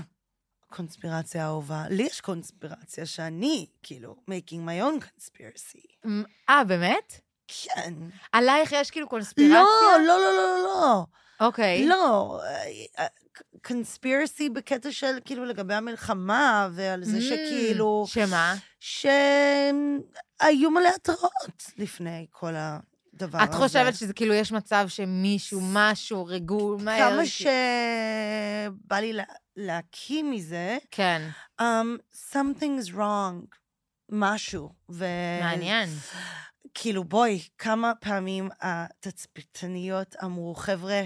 קונספירציה אהובה. לי יש קונספירציה שאני, כאילו, making my own conspiracy.
מ- אה, באמת?
כן.
עלייך יש כאילו קונספירציה?
לא, לא, לא, לא, לא.
אוקיי.
לא, קונספירסי בקטע של, כאילו, לגבי המלחמה, ועל זה
Mm,
שכאילו,
שמה?
שהיו מלא התראות לפני כל הדבר הזה.
את חושבת שזה כאילו יש מצב שמישהו, משהו, אוקיי. ריגול, מהר?
כמה
כי-
שבא לי לה- להקים מזה,
כן,
um, something's wrong, משהו. ו...
מעניין.
כאילו, בואי, כמה פעמים התצפיתניות אמרו, חבר'ה,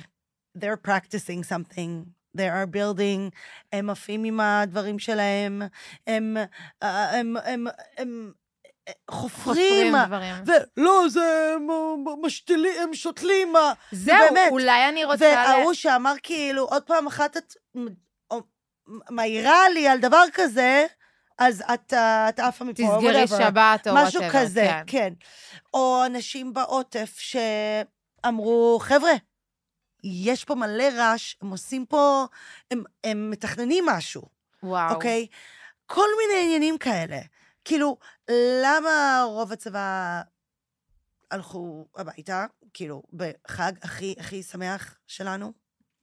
they're practicing something. They are building, הם עפים עם הדברים שלהם, הם, אה, הם, הם, הם אה,
חופרים
חופרים,
דברים.
ולא, זה הם משתילים, הם שותלים, אה,
זהו,
באמת.
אולי אני רוצה... ל-
וההוא שאמר כאילו, עוד פעם אחת את מ- או- מ- מעירה לי על דבר כזה, אז את אה, את עפה מפה, או
תסגרי
whatever.
שבת או וואטאבר.
משהו כזה, כן. או אנשים בעוטף שאמרו, חבר'ה, יש פה מלא רעש, הם עושים פה, הם, הם מתכננים משהו,
וואו.
אוקיי? כל מיני עניינים כאלה. כאילו, למה רוב הצבא הלכו הביתה, כאילו, בחג הכי הכי שמח שלנו?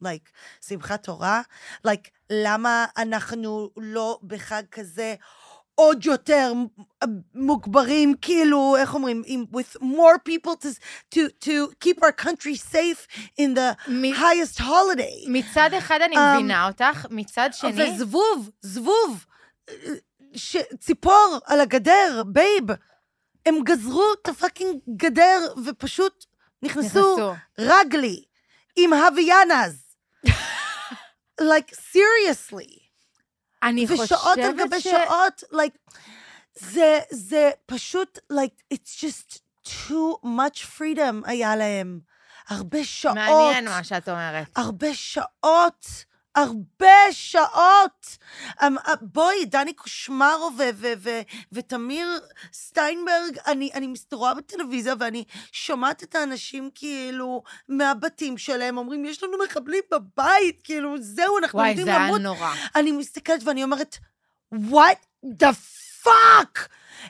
לייק, like, שמחת תורה? לייק, like, למה אנחנו לא בחג כזה עוד יותר מוגברים, כאילו, איך אומרים, עם- with more people to, to, to keep our country safe in the
מ-
highest holiday?
מצד אחד אני
אמ,
מבינה אותך, מצד שני...
וזבוב, זבוב, ש... ציפור על הגדר, בייב. הם גזרו את הפאקינג גדר ופשוט נכנסו, נכנסו.
נכנסו.
רגלי עם הוויאנז. like, seriously.
אני חושבת ש...
ושעות על גבי שעות, like, זה, זה פשוט, like, it's just too much freedom היה להם. הרבה שעות.
מעניין מה שאת אומרת.
הרבה שעות, הרבה שעות. אמ, אה, בואי, דני קושמרו ו- ו- ו- ותמיר סטיינברג, אני, אני מסתרואה בטלוויזיה ואני שומעת את האנשים כאילו מהבתים שלהם, אומרים, יש לנו מחבלים בבית, כאילו, זהו, אנחנו
וואי,
עומדים
זה היה
למות.
נורא.
אני מסתכלת ואני אומרת, what the fuck?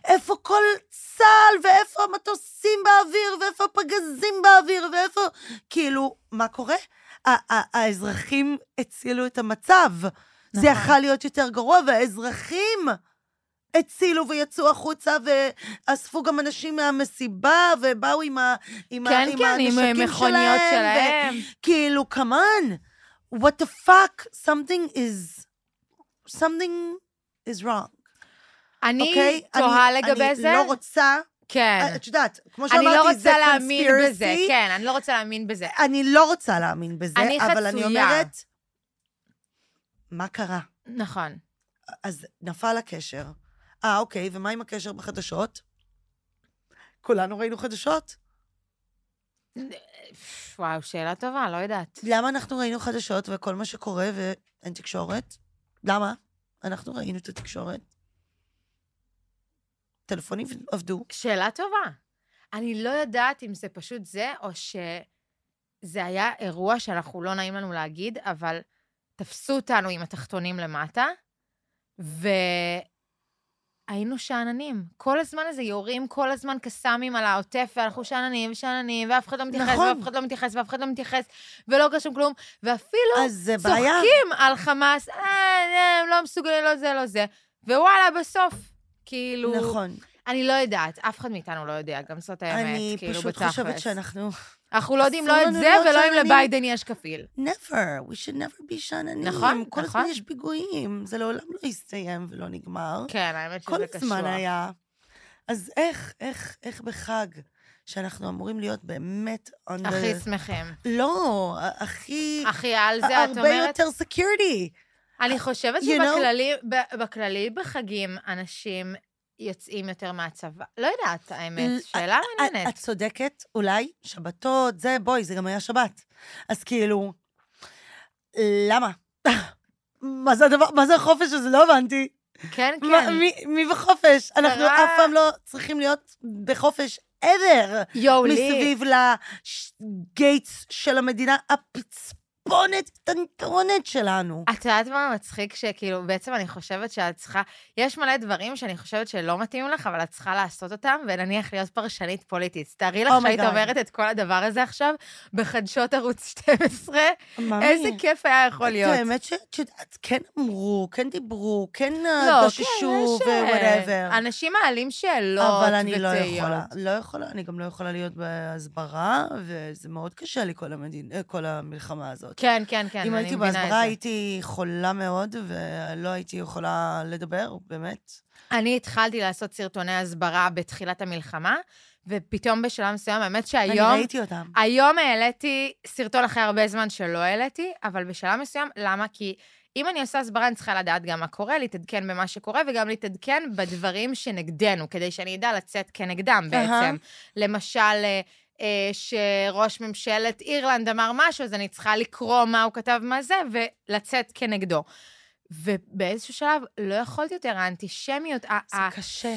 איפה כל צה"ל, ואיפה המטוסים באוויר, ואיפה הפגזים באוויר, ואיפה... כאילו, מה קורה? ה- ה- האזרחים הצילו את המצב.
נכון.
זה יכול להיות יותר גרוע, והאזרחים הצילו ויצאו החוצה, ואספו גם אנשים מהמסיבה, ובאו עם, ה- עם, ה-
כן,
עם
כן, עם אה,
הנשקים
מכוניות
ו-
שלהם.
כאילו, כמובן, what the fuck, something is, something is wrong,
אני
אוקיי?
תוהה לגבי זה.
אני לא אה, רוצה,
כן.
את יודעת, כמו
אני
שאמרתי,
לא רוצה
זה
להאמין
conspiracy,
בזה, כן, אני לא רוצה להאמין בזה.
אני לא רוצה להאמין בזה,
אני
אבל אני
חצויה.
אומרת, מה קרה?
נכון.
אז נפל הקשר, אה, אוקיי, ומה עם הקשר בחדשות? כולנו ראינו חדשות.
וואו, שאלה טובה, לא יודעת.
למה אנחנו ראינו חדשות וכל מה שקורה ואין תקשורת? למה? אנחנו ראינו את התקשורת. טלפונים עבדו.
שאלה טובה. אני לא יודעת אם זה פשוט זה, או שזה היה אירוע שאנחנו לא נעים לנו להגיד, אבל תפסו אותנו עם התחתונים למטה, והיינו שאננים. כל הזמן הזה יורים כל הזמן קסאמים על העוטף, ואנחנו שאננים ושאננים, ואף אחד לא מתייחס,
נכון.
ואף אחד לא מתייחס, ואף אחד לא מתייחס, ולא קשור כלום, ואפילו
אז זה בעיה.
לא, צוחקים על חמאס, אה, אה, הם לא מסוגלים, לא זה, לא זה. ווואלה, בסוף, כאילו...
נכון.
אני לא יודעת, אף אחד מאיתנו לא יודע, גם זאת האמת,
אני
כאילו,
פשוט
בתכלס.
חושבת שאנחנו...
אנחנו לא יודעים לא
אסור
את
לנו אה,
זה
להיות
ולא אם
שאננים.
לביידן יש כפיל.
never, we should never be שאננים.
נכון,
כל
נכון.
הזמן יש פיגועים, זה לעולם לא יסתיים ולא נגמר.
כן, האמת שזה
כל
קשור.
הזמן היה. אז איך, איך, איך בחג, שאנחנו אמורים להיות באמת... on the-
הכי שמחים.
לא, הכי...
הכי על זה, את
הרבה
אומרת?
יותר סקיורטי.
אני חושבת
You know-
שבכללי, ב- בכללי, בחגים, אנשים יוצאים יותר מהצבא. לא יודעת,
ל-
האמת. שאלה
את-
מעניינת.
אה, את צודקת, אולי, שבתות, זה, בואי, זה גם היה שבת. אז כאילו, למה? מה זה הדבר, מה זה החופש הזה? לא הבנתי.
כן,
מה-
כן.
מי- מי בחופש? אנחנו
קרה-
אף פעם לא צריכים להיות בחופש ever.
יואו, לי.
מסביב לגייטס של המדינה הפצפונת קטנטונת שלנו.
את יודעת מה מצחיק? שכאילו, בעצם אני חושבת שאת צריכה... יש מלא דברים שאני חושבת שלא מתאים לך, אבל את צריכה לעשות אותם, ונניח להיות פרשנית פוליטית. אז תארי לך
Oh my
שהיית
God.
אומרת את כל הדבר הזה עכשיו, בחדשות ערוץ 12,
מאמי,
איזה כיף היה יכול להיות.
האמת שאת יודעת, כן אמרו, כן דיברו, כן
לא,
גששו
כן, יש,
ווואטאבר.
אה, אנשים מעלים שאלות ותהיות.
אבל אני לא יכולה, לא יכולה, אני גם לא יכולה להיות בהסברה, וזה מאוד קשה לי כל, המדינ... אה, כל המלחמה הזאת.
כן, כן, כן, אני
אם
מבינה את זה.
הייתי בהסברה הייתי חולה מאוד, ולא הייתי יכולה לדבר, באמת.
אני התחלתי לעשות סרטוני הסברה בתחילת המלחמה, ופתאום בשלב מסוים, האמת שהיום...
אני ראיתי אותם.
היום העליתי סרטון אחרי הרבה זמן שלא העליתי, אבל בשלב מסוים, למה? כי אם אני עושה הסברה, אני צריכה לדעת גם מה קורה, להתעדכן במה שקורה, וגם להתעדכן בדברים שנגדנו, כדי שאני אדע לצאת כנגדם בעצם.
אהה.
למשל, אה, אה, שראש ממשלת אירלנד אמר משהו, אז אני צריכה לקרוא מה הוא כתב מה זה, ולצאת כנגדו. ובאיזשהו שלב לא יכולתי יותר, האנטישמיות, ה-
זה
ה-
קשה.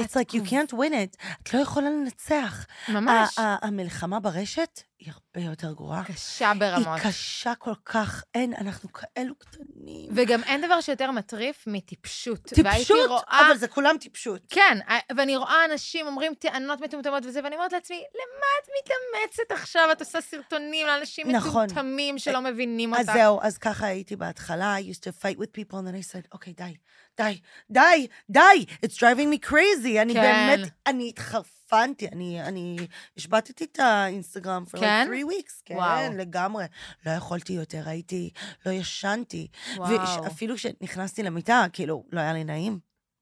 It's like you can't win it. את לא יכולה לנצח.
ממש
ה- ה- המלחמה ברשת היא הרבה יותר גרועה.
קשה ברמות.
היא קשה כל כך, אין, אנחנו כאלו קטנים.
וגם אין דבר שיותר מטריף מטיפשות. והייתי
טיפשות,
רואה...
אבל זה כולם טיפשות.
כן, ה- ואני רואה אנשים אומרים טענות מטומטמות וזה, ואני אומרת לעצמי, למה את מתאמצת עכשיו? את עושה סרטונים לאנשים
נכון.
מטומטמים שלא מבינים
אז
אותם.
זהו, אז ככה הייתי בהתחלה, I used to fight with people, and then I said, אוקיי, די, די, די, די, it's driving me crazy. אני
כן.
באמת, אני התחרפנתי, אני, אני השבתתי את האינסטגרם for
כן?
like three weeks, כן,
וואו.
לגמרי. לא יכולתי יותר, הייתי, לא ישנתי.
וואו.
ואפילו כשנכנסתי למיטה, כאילו, לא היה לי נעים.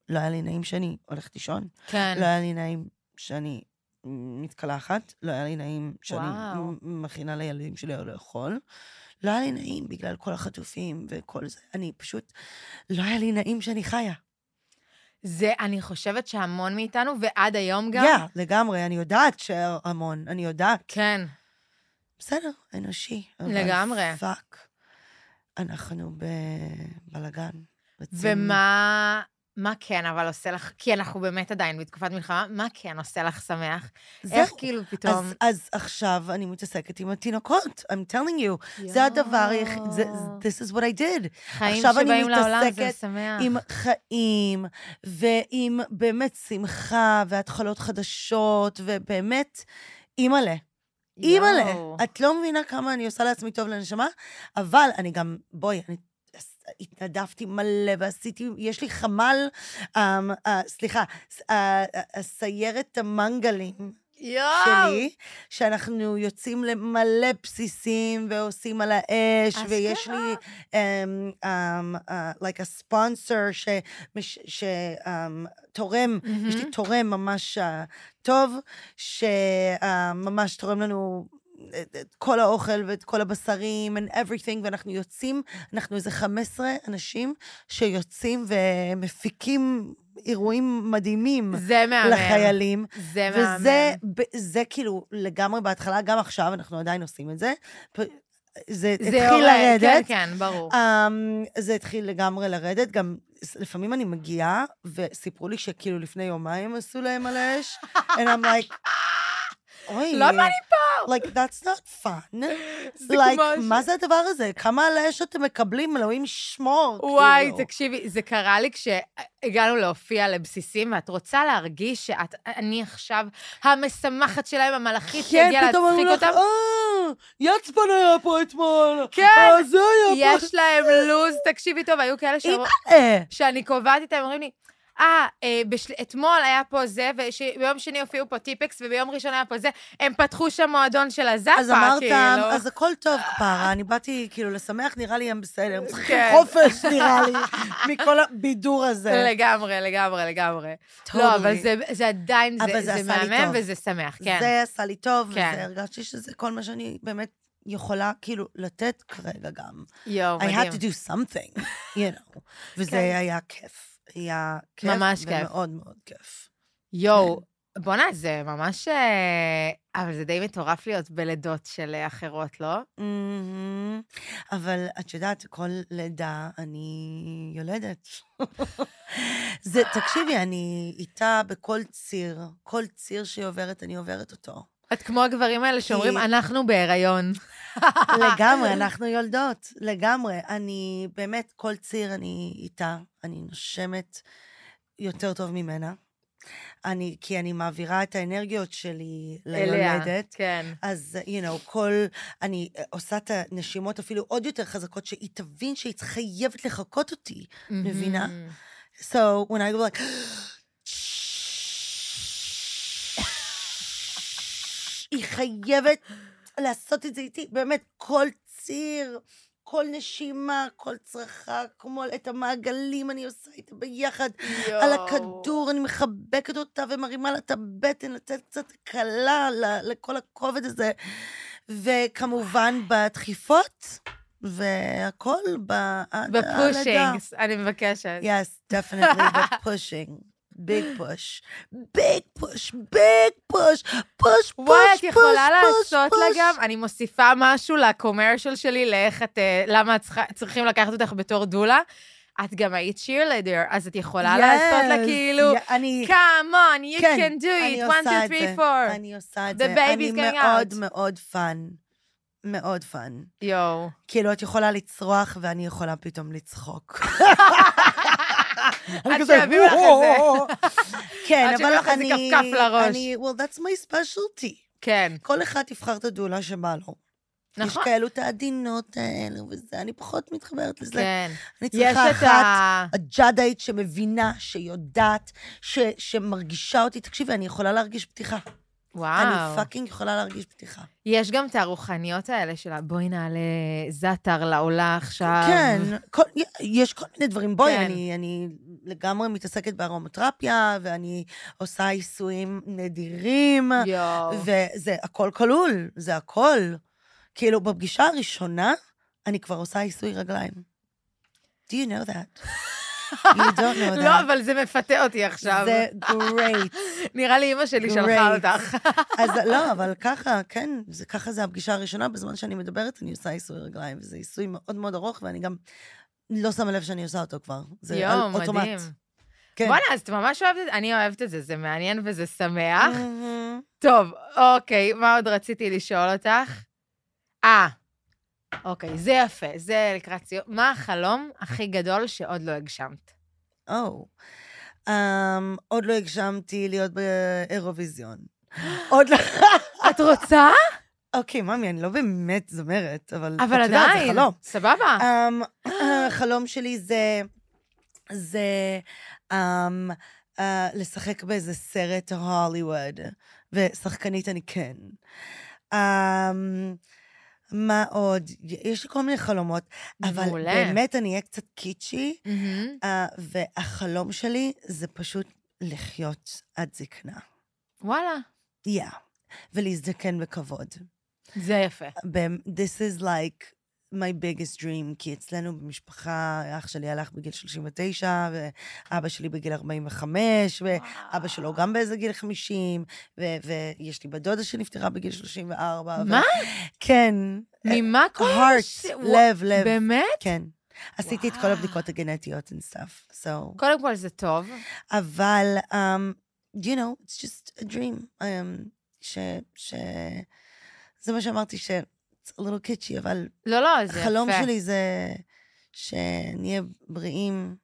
לא היה לי נעים שאני הולכת לישון.
כן.
לא היה לי נעים שאני מתקלחת, לא היה לי נעים שאני
וואו.
מ- מכינה לילדים שלי או לאכול. לא היה לי נעים בגלל כל החטופים וכל זה. אני פשוט, לא היה לי נעים שאני חיה.
זה, אני חושבת שהמון מאיתנו, ועד היום גם.
גם. Yeah, לגמרי, אני יודעת שהמון, אני יודעת.
כן.
בסדר, אנושי. אבל
לגמרי.
פאק. אנחנו בבלגן.
ומה מה כן אבל עושה לך, כי אנחנו באמת עדיין בתקופת מלחמה, מה כן עושה לך שמח? איך כאילו פתאום...
אז, אז עכשיו אני מתעסקת עם התינוקות, I'm telling you. זה הדבר היחיד, זה-
יואו.
this is what I did.
חיים
עכשיו אני
שבאים לעולם זה
מתעסקת
משמח.
עם חיים, ועם באמת שמחה, והתחלות חדשות, ובאמת, אימא'לה. אימא'לה.
יואו.
את לא מבינה כמה אני עושה לעצמי טוב לנשמה, אבל אני גם, בואי, אני... עש- התנדבתי מלא ועשיתי, יש לי חמ"ל, אמ, אה, סליחה, ס- אה, אה, הסיירת המנגלים
יואו.
שלי, שאנחנו יוצאים למלא בסיסים ועושים על האש,
אשכרה.
ויש לי, um, um, uh, like a sponsor שתורם,
מהמם.
יש לי תורם ממש אה, טוב, שממש תורם לנו... את את כל האוכל ואת כל הבשרים and everything, ואנחנו יוצאים, אנחנו איזה 15 אנשים שיוצאים ומפיקים אירועים מדהימים
זה מהמם.
לחיילים.
זה מהמם.
וזה ב- זה כאילו לגמרי בהתחלה, גם עכשיו, אנחנו עדיין עושים את זה. פ- זה
זה
התחיל
יורד,
לרדת.
כן, כן, ברור.
אמ, זה התחיל לגמרי לרדת, גם ס- לפעמים אני מגיעה, וסיפרו לי שכאילו לפני יומיים עשו להם על האש, and I'm like, אוי.
למה אני
פה? Like, that's not fun. like,
כמו ש-
מה זה הדבר הזה? כמה על האש אתם מקבלים, אלוהים שמור.
וואי,
כאילו.
תקשיבי, זה קרה לי כשהגענו להופיע לבסיסים, ואת רוצה להרגיש שאת, אני עכשיו המשמחת שלהם, המלאכית
כן,
שהגיעה
פתאום
להצחיק
אמרו לך,
אותם.
אה, יצפן היה פה אתמול.
כן.
אה, זה היה פה.
יש להם לו"ז, תקשיבי טוב, היו כאלה שאמרו-
אה,
שאני קובעת איתם, אומרים לי, אה, אה, בשל... אתמול היה פה זה, וביום שני הופיעו פה טיפקס, וביום ראשון היה פה זה, הם פתחו שם מועדון של הזאפה,
אז אמרת,
כאילו.
אז הכל טוב, כפרה, אני באתי כאילו לשמח, נראה לי הם בסדר, הם צריכים
כן.
חופש, נראה לי, מכל הבידור הזה.
לגמרי, לגמרי, לגמרי. לא, אבל זה, זה עדיין,
אבל
זה,
זה
זה,
עשה לי
מהמם
טוב.
וזה שמח, כן.
זה עשה לי טוב,
כן.
וזה הרגשתי שזה כל מה שאני באמת יכולה כאילו לתת כרגע גם.
יואו,
I had
מדהים.
to do something, you know. וזה
כן.
היה כיף. היה כיף.
ממש כיף.
ומאוד מאוד כיף.
יואו, בואנה, זה ממש... אה, אבל זה די מטורף להיות בלידות של אה, אחרות, לא?
מהמם. Mm-hmm. אבל את יודעת, כל לידה אני יולדת. זה, תקשיבי, אני איתה בכל ציר, כל ציר שהיא עוברת, אני עוברת אותו.
את כמו הגברים האלה שאומרים,
כי-
אנחנו בהיריון.
לגמרי, אנחנו יולדות, לגמרי. אני, באמת, כל ציר אני איתה, אני נושמת יותר טוב ממנה. אני, כי אני מעבירה את האנרגיות שלי
אליה,
ליולדת.
כן.
אז, you know, כל... אני אה, עושה את הנשימות אפילו עוד יותר חזקות, שהיא תבין שהיא חייבת לחקות אותי. מבינה?
מהמם.
So, when I go like... היא חייבת לעשות את זה איתי, באמת, כל ציר, כל נשימה, כל צרכה, כמו את המעגלים אני עושה איתה ביחד.
יואו.
על הכדור, אני מחבקת אותה ומרימה לה את הבטן, לתת קצת הקלה ל- לכל הכובד הזה. וכמובן בדחיפות, והכל ב... עד הלידה.
בפושינגס, אני מבקשת.
Yes, definitely בפושינג. ביג פוש. ביג פוש, ביג פוש. פוש, פוש, פוש,
וואי, את יכולה
פוש,
לעשות לה
פוש.
גם, אני מוסיפה משהו לקומרשל שלי, לאיך את, אה, למה את צריכה- צריכים לקחת אותך בתור דולה. את גם היית cheerleader, אז את יכולה לעשות לה
Yes,
כאילו,
yeah, אני...
come on, you
כן,
can do
אני
it,
עושה
1, 2,
את
3,
זה.
4.
אני עושה את
The
זה.
baby's going
אני מאוד
out.
מאוד פאן. מאוד פאן.
יואו.
כאילו, את יכולה לצרוח ואני יכולה פתאום לצחוק.
עד שיביאו לך את זה.
כן,
עד שיביאו
אבל
לך איזה
אני...
כפכף לראש.
אני, well, that's my specialty.
כן,
כל אחד יבחר את הדולה שבא לו.
נכון.
יש כאלו את העדינות האלה וזה, אני פחות מתחברת לזה.
כן.
אני
יש
צריכה
את
אחת,
ה...
הג'אדאית שמבינה, שיודעת, ש- שמרגישה אותי. תקשיבי, אני יכולה להרגיש פתיחה. אני
וואו.
פאקינג יכולה להרגיש פתיחה.
יש גם את הרוחניות האלה של בואי נעלה זאטר לעולה עכשיו.
כן, כל, יש כל מיני דברים. בואי,
אמ, כן.
כן. אני, אני לגמרי מתעסקת בארומותרפיה, ואני עושה עיסויים נדירים,
יואו.
וזה הכל כלול, זה הכל. כאילו, בפגישה הראשונה, אני כבר עושה עיסוי רגליים. Do you know that? You don't know that.
לא, אבל זה מפתה אותי עכשיו.
זה great.
נראה לי אימא שלי
Great.
שלחה אותך.
אז לא, אבל ככה, כן, זה, ככה זה הפגישה הראשונה, בזמן שאני מדברת אני עושה עיסוי רגליים, וזה עיסוי מאוד מאוד ארוך, ואני גם לא שמה לב שאני עושה אותו כבר. זה על-
יואו,
אוטומט.
מדהים.
כן.
בואנה, אז את ממש אוהבת את זה? אני אוהבת את זה, זה מעניין וזה שמח.
אה. מהמם.
טוב, אוקיי, מה עוד רציתי לשאול אותך? אה, אוקיי, זה יפה, זה לקראת סיום. מה החלום הכי גדול שעוד לא הגשמת?
או. אמ, עוד לא הגשמתי להיות באירוויזיון. עוד לא...
את רוצה?
אוקיי, ממי, אני לא באמת זמרת, אבל... את
אבל
יודעת, זה
עדיין,
חלום.
סבבה.
אמ, החלום שלי זה, זה אמ, אה, לשחק באיזה סרט הוליווד, ושחקנית אני כן. אמ, מה עוד? יש לי כל מיני חלומות, אבל
מעולה.
באמת אני אהיה קצת קיצ'י,
מהמם.
אה, והחלום שלי זה פשוט לחיות עד זקנה.
וואלה,
יא. ולהזדקן בכבוד.
זה יפה.
באמת, This is like my biggest dream, כי אצלנו במשפחה, אח שלי הלך בגיל 39, ואבא שלי בגיל 45, ואבא אה, שלו גם באיזה גיל 50, ו- ויש לי בת דודה שנפטרה בגיל 34. ו-
מה?
כן.
ממה כל... הש-
heart,
וואו,
לב, לב.
באמת?
כן. עשיתי את כל
וואו.
הבדיקות הגנטיות and stuff, so...
קודם כל זה טוב.
אבל, um, you know, it's just a dream. Um, ש... ש... זה מה שאמרתי, ש... it's a little kitschy, אבל
לא, לא, זה יפה.
החלום שלי זה שנהיה בריאים,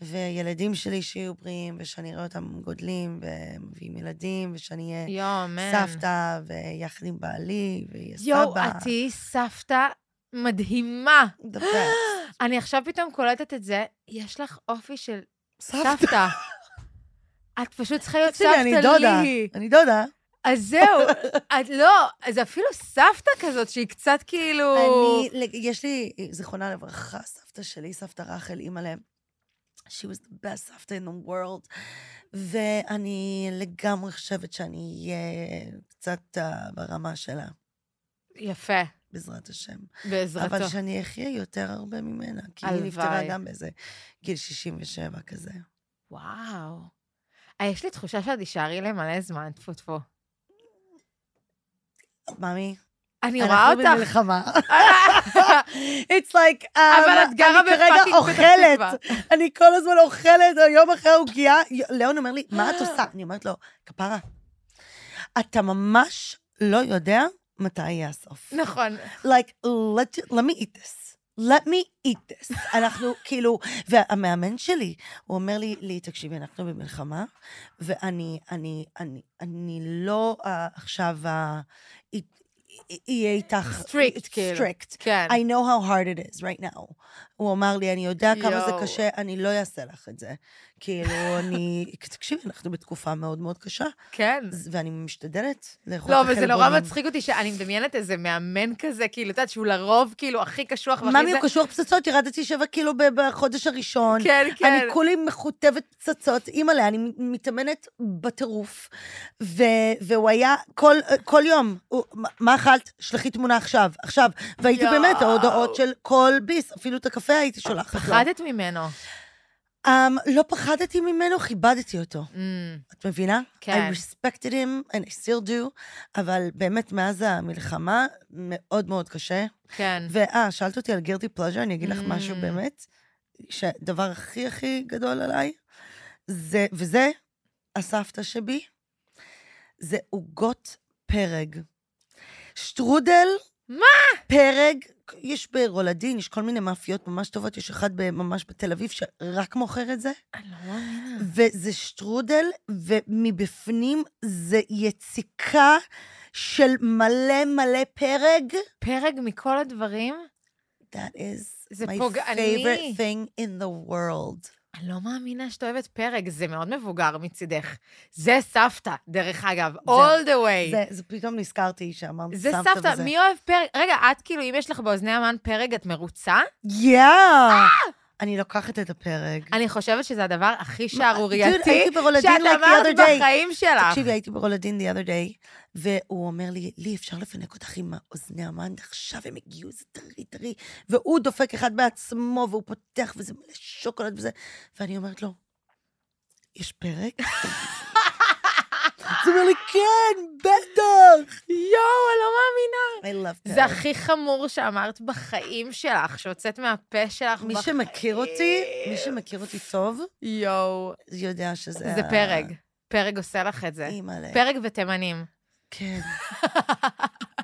וילדים שלי שיהיו בריאים, ושאני אראה אותם גודלים, ומביאים ילדים, ושאני אהיה
יואו, מן.
סבתא, ויחד עם בעלי, ויהיה סבא.
יואו, את תהיי סבתא מדהימה.
The best.
אני עכשיו פתאום קולטת את זה, יש לך אופי של
סבתא.
סבתא. את פשוט צריכה להיות
תקשיבי,
סבתא
אני דודה.
לי.
אני דודה.
אז זהו, את לא, אז אפילו סבתא כזאת שהיא קצת כאילו...
אני, לג- יש לי, זיכרונה לברכה, סבתא שלי, סבתא רחל, אימא'לה, she was the best סבתא in the world, ואני לגמרי חושבת שאני אהיה קצת אה, ברמה שלה,
יפה,
בעזרת השם.
בעזרתו.
אבל שאני אחיה יותר הרבה ממנה, כי היא
הלוואי.
נפטרה גם באיזה גיל 67 כזה.
וואו. אה, יש לי תחושה שאת תישארי למלא זמן, טפו טפו.
ממי,
אני רואה
אנחנו
אותך.
במלחמה. It's like, um,
אבל את גרה
אני כרגע
בפאקינג פתח תקווה.
אוכלת, אני כל הזמן אוכלת, היום אחרי העוגייה. ליאון אומר לי, מה את עושה? אני אומרת לו, כפרה, אתה ממש לא יודע מתי יהיה הסוף.
נכון.
like, let, let me eat this. let me eat this. אנחנו כאילו, והמאמן שלי, הוא אומר לי, לי, תקשיבי, אנחנו במלחמה, ואני, אני, אני, אני לא uh, עכשיו uh, אהיה איתך...
Strict, כאילו.
strict.
כן.
I know how hard it is right now. הוא אמר לי, אני יודע כמה זה
יואו.
קשה, אני לא אעשה לך את זה. כאילו, אני... תקשיבי, אנחנו בתקופה מאוד מאוד קשה,
כן.
ז- ואני משתדלת לאכול
לא,
את
וזה נורא
החלבונים.
מצחיק אותי שאני מדמיינת איזה מאמן כזה, כאילו, את יודעת, שהוא לרוב כאילו הכי קשוח והכי זה.
ממי הוא קשור פצצות, ירדתי שבע קילו ב- בחודש הראשון.
כן, כן.
אני כולי מכותבת פצצות, אימא'לה, אני מתאמנת בטירוף. ו- והוא היה כל, כל יום, הוא, "מה- מה אכלת? שלחי תמונה עכשיו, עכשיו. והייתי
יואו.
באמת, ההודעות של כל ביס, אפילו את הקפה הייתי שולחת לו.
פחדת ממנו.
Um, לא פחדתי ממנו, כיבדתי אותו.
אמ,
את מבינה?
כן.
I respected him, and I still do, אבל באמת, מאז המלחמה, מאוד מאוד קשה.
כן.
ואה, שאלת אותי על גירטי פלאז'ר, אני אגיד לך משהו
Mm.
באמת, שהדבר הכי הכי גדול עליי, זה, וזה הסבתא שבי, זה עוגות פרג. שטרודל,
מה?
פרג, יש ברולדין, יש כל מיני מאפיות ממש טובות, יש אחד ב- ממש בתל אביב שרק מוכר את זה,
אני לא מאמינה.
וזה שטרודל, ומבפנים זה יציקה של מלא מלא פרג.
פרק מכל הדברים?
That is
זה
my
פוגעני.
favorite thing in the world.
אני לא מאמינה שאת אוהבת פרק, זה מאוד מבוגר מצידך. זה סבתא, דרך אגב, all the way.
זה, זה פתאום נזכרתי שאמרת
אוקיי. זה
סבתא
סבתא,
וזה.
מי אוהב פרק? רגע, את כאילו, אם יש לך באוזני המן פרק, את מרוצה?
יאה! אני לוקחת את הפרק.
אה! אני חושבת שזה הדבר הכי
Dude, כן. הייתי
שערורייתי
ברולדין
שאת
like the
אמרת
other day.
בחיים שלך.
תקשיבי, הייתי ברולדין the other day, והוא אומר לי, לי, אפשר לפנק אותך עם אוזני המן, עכשיו הם הגיעו, זה טרי טרי. והוא דופק אחד בעצמו, והוא פותח, וזה מלא שוקולד וזה. ואני אומרת לו, יש פרק? אז הוא אומר לי, כן, בטח!
יואו, אני לא מאמינה.
I love פרק.
זה הכי חמור שאמרת בחיים שלך, שהוצאת מהפה שלך.
מי
בח-
שמכיר אותי, מי שמכיר אותי טוב,
יואו,
יודע שזה...
זה פרק. פרק עושה לך את זה.
אימא'לה.
פרק ותימנים.
כן.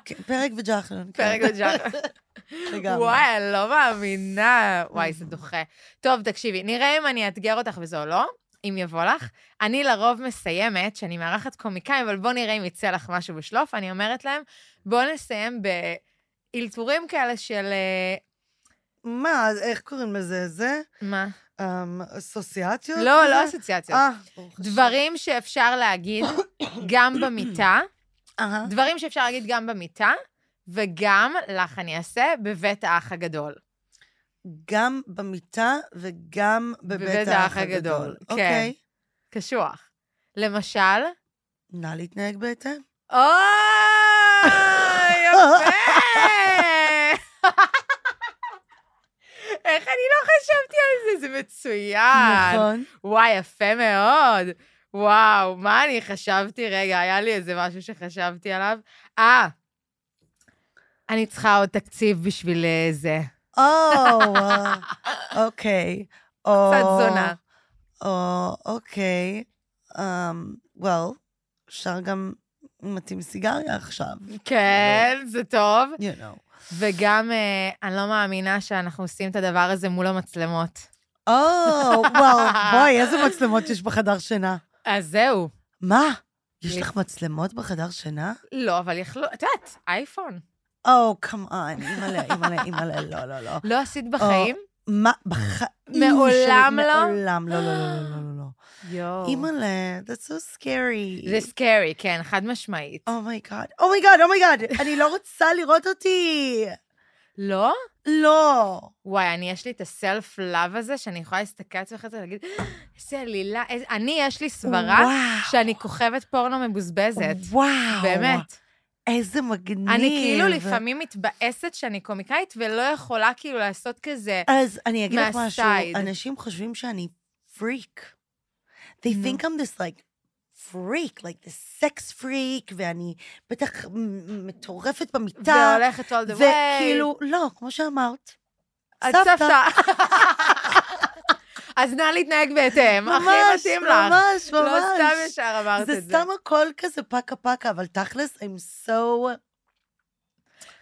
כן, פרק וג'חלון. כן,
פרק וג'אגר.
לגמרי.
וואי, אני לא מאמינה. וואי, זה דוחה. טוב, תקשיבי, נראה אם אני אאתגר אותך וזה או לא, אם יבוא לך. אני לרוב מסיימת, שאני מארחת קומיקאים, אבל בואו נראה אם יצא לך משהו בשלוף. אני אומרת להם, בואו נסיים באלתורים כאלה של... אה,
מה, אז איך קוראים לזה? זה?
מה?
אמ, אסוציאציות?
לא,
כזה?
לא אסוציאציות.
אה, ברוך השם.
דברים שאפשר להגיד גם במיטה,
אהה.
דברים שאפשר להגיד גם במיטה, וגם, לך אני אעשה, בבית האח הגדול.
גם במיטה וגם בבית האח הגדול.
כן.
אוקיי.
קשוח. למשל,
נא להתנהג בהתאם.
אוי, יפה! לא מצוין.
נכון.
וואי, יפה מאוד. וואו, מה אני חשבתי? רגע, היה לי איזה משהו שחשבתי עליו. אה, אני צריכה עוד תקציב בשביל אה, זה.
או, אוקיי. או-
קצת זונה.
או, אוקיי. אמ, well, אפשר גם מתאים סיגריה עכשיו.
כן, זה טוב.
You know.
וגם, אה, אני לא מאמינה שאנחנו עושים את הדבר הזה מול המצלמות.
או, וואו, Oh, בואי, איזה מצלמות יש בחדר שינה.
אז זהו.
מה? יש לך מצלמות בחדר שינה?
לא, אבל יכלו, את יודעת, אייפון.
או, קאמאן, אימא'לה, אימא'לה, אימא'לה, לא, לא, לא.
לא עשית בחיים?
מה, בחיים שלי?
מעולם לא?
מעולם לא, לא, לא, לא, לא, לא, לא.
יואו.
אימא'לה, that's so scary. Oh
זה סקרי, כן, חד משמעית.
אומייגאד, אומייגאד, אומייגאד, אני לא רוצה לראות אותי.
לא?
לא.
וואי, אני, יש לי את הסלף לאב הזה, שאני יכולה להסתכל על עצמך ולהגיד, איזה עלילה, איזה... אני, יש לי סברה
וואו.
שאני כוכבת פורנו מבוזבזת.
וואו.
באמת.
איזה מגניב.
אני כאילו לפעמים מתבאסת שאני קומיקאית ולא יכולה כאילו לעשות כזה...
אז אני אגיד לך משהו,
מהסייד.
אנשים חושבים שאני פריק. They
נו.
think I'm this like freak, like this sex freak, ואני בטח מ- מטורפת במיטה.
והולכת all the way.
וכאילו, לא, כמו שאמרת.
את סבתא. אז נא להתנהג בהתאם, הכי
ממש,
מתאים לך.
ממש, ממש.
לא סתם ישר אמרת
זה
את זה.
סתם הכל כזה פקה פקה, אבל תכלס, I'm so...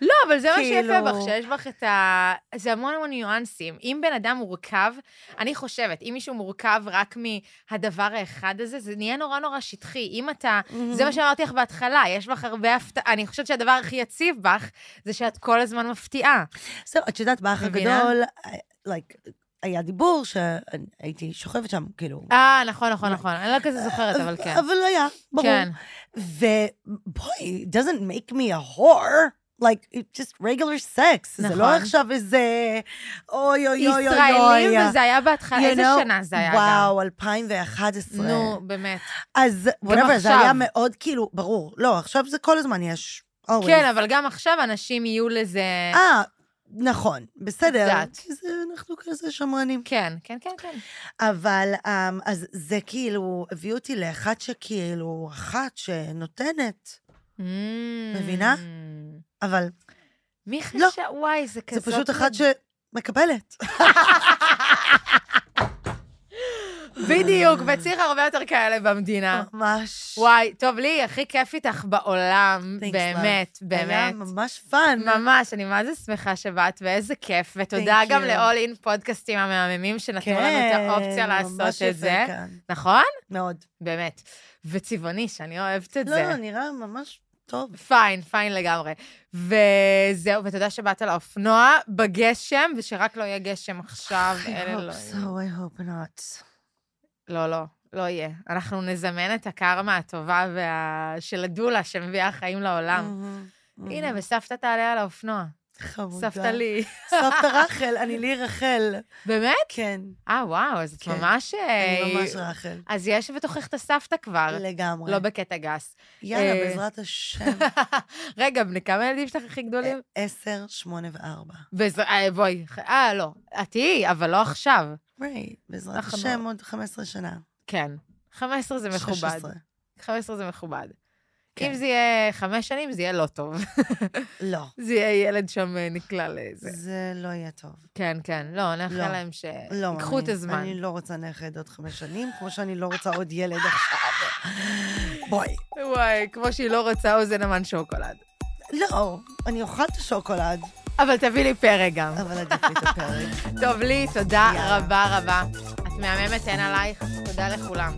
לא, אבל זה מה שיפה
כאילו-
בך, שיש בך את ה... זה המון המון ניואנסים. אם בן אדם מורכב, אני חושבת, אם מישהו מורכב רק מהדבר האחד הזה, זה נהיה נורא נורא שטחי. אם אתה... זה מה שאמרתי לך בהתחלה, יש בך הרבה הפתעה. אני חושבת שהדבר הכי יציב בך, זה שאת כל הזמן מפתיעה.
זהו, את יודעת, באח
מבינה?
הגדול, אה, like, היה דיבור שהייתי שוכבת שם, כאילו.
אה, נכון, נכון, נכון. אני לא כזה זוכרת, אבל כן.
אבל היה, ברור.
כן.
ובואי, it doesn't make me a whore. Like, it's just regular sex. זה לא
נכון.
עכשיו איזה... אוי אוי אוי אוי אוי.
ישראלים, וזה היה בהתחלה,
You
איזה
know,
שנה זה היה גם?
וואו, 2011.
נו, באמת.
אז,
גם
whatever, זה
עכשיו.
היה מאוד כאילו, ברור. לא, עכשיו זה כל הזמן יש. always.
כן, אבל גם עכשיו אנשים יהיו לזה...
אה, נכון, בסדר.
קצת.
כי זה, אנחנו כזה שמרנים.
כן, כן, כן, כן.
אבל אמ, אז זה כאילו, הביא אותי לאחת שכאילו, אחת שנותנת, מבינה? אבל
מי חשב?
לא.
וואי, זה
זה
כזאת...
פשוט אחת שמקבלת.
בדיוק, וצריך הרבה יותר כאלה
אה.
במדינה.
ממש.
וואי, טוב, לי הכי כיף איתך בעולם,
Thanks, love.
באמת,
היה
באמת.
ממש פאן.
ממש, אני מה זה שמחה שבאת, ואיזה כיף, ותודה
Thank
גם
you. כן,
ל-all in פודקאסטים המהממים שנתנו לנו את האופציה
ממש
לעשות
יפה כן.
את זה.
כאן.
נכון?
מאוד.
באמת. וצבעוני, שאני אוהבת את
לא,
זה.
לא, נראה ממש טוב.
פיין, פיין לגמרי. וזהו, ותודה שבאת לאופנוע בגשם, ושרק לא יהיה גשם עכשיו,
I
אלה לא
hope
יהיו.
so, I hope not.
לא, לא, לא יהיה. אנחנו נזמן את הקרמה הטובה וה... של הדולה שמביאה חיים לעולם.
מהמם, מהמם.
הנה, וסבתא תעלה על האופנוע.
חמודה.
סבתא לי.
סבתא רחל, אני לי רחל.
באמת?
כן,
אה, וואו, אז את
כן.
ממש...
אני
אה,
ממש רחל.
אז יש בתוכך את הסבתא כבר.
לגמרי.
לא בקטע גס.
יאללה,
אה,
בעזרת השם.
רגע, בני כמה ילדים שלך הכי גדולים?
עשר, שמונה וארבע.
בז- אה, בואי, אה, לא. את תהיי, אבל לא עכשיו.
right, בעזרת
אנחנו-
השם עוד 15 שנה.
כן. 15 זה נכון מכובד.
16.
15 זה מכובד.
כן.
אם זה יהיה חמש שנים, זה יהיה לא טוב.
לא,
זה יהיה ילד שם אה, נקלע לזה.
זה לא יהיה טוב.
כן, כן. לא,
לא.
נאחל להם ש...
לא,
ייקחו את
מאמין.
הזמן.
אני לא רוצה נכד עוד חמש שנים, כמו שאני לא רוצה עוד ילד עכשיו. בואי.
וואי, כמו שהיא לא רוצה אוזן המן שוקולד.
לא, אני אוכל את השוקולד,
אבל תביא לי פרק גם.
אבל עדיף לי את הפרק.
טוב, לי, תודה
אה, יאללה.
רבה רבה. את מהממת, אין עלייך. תודה לכולם.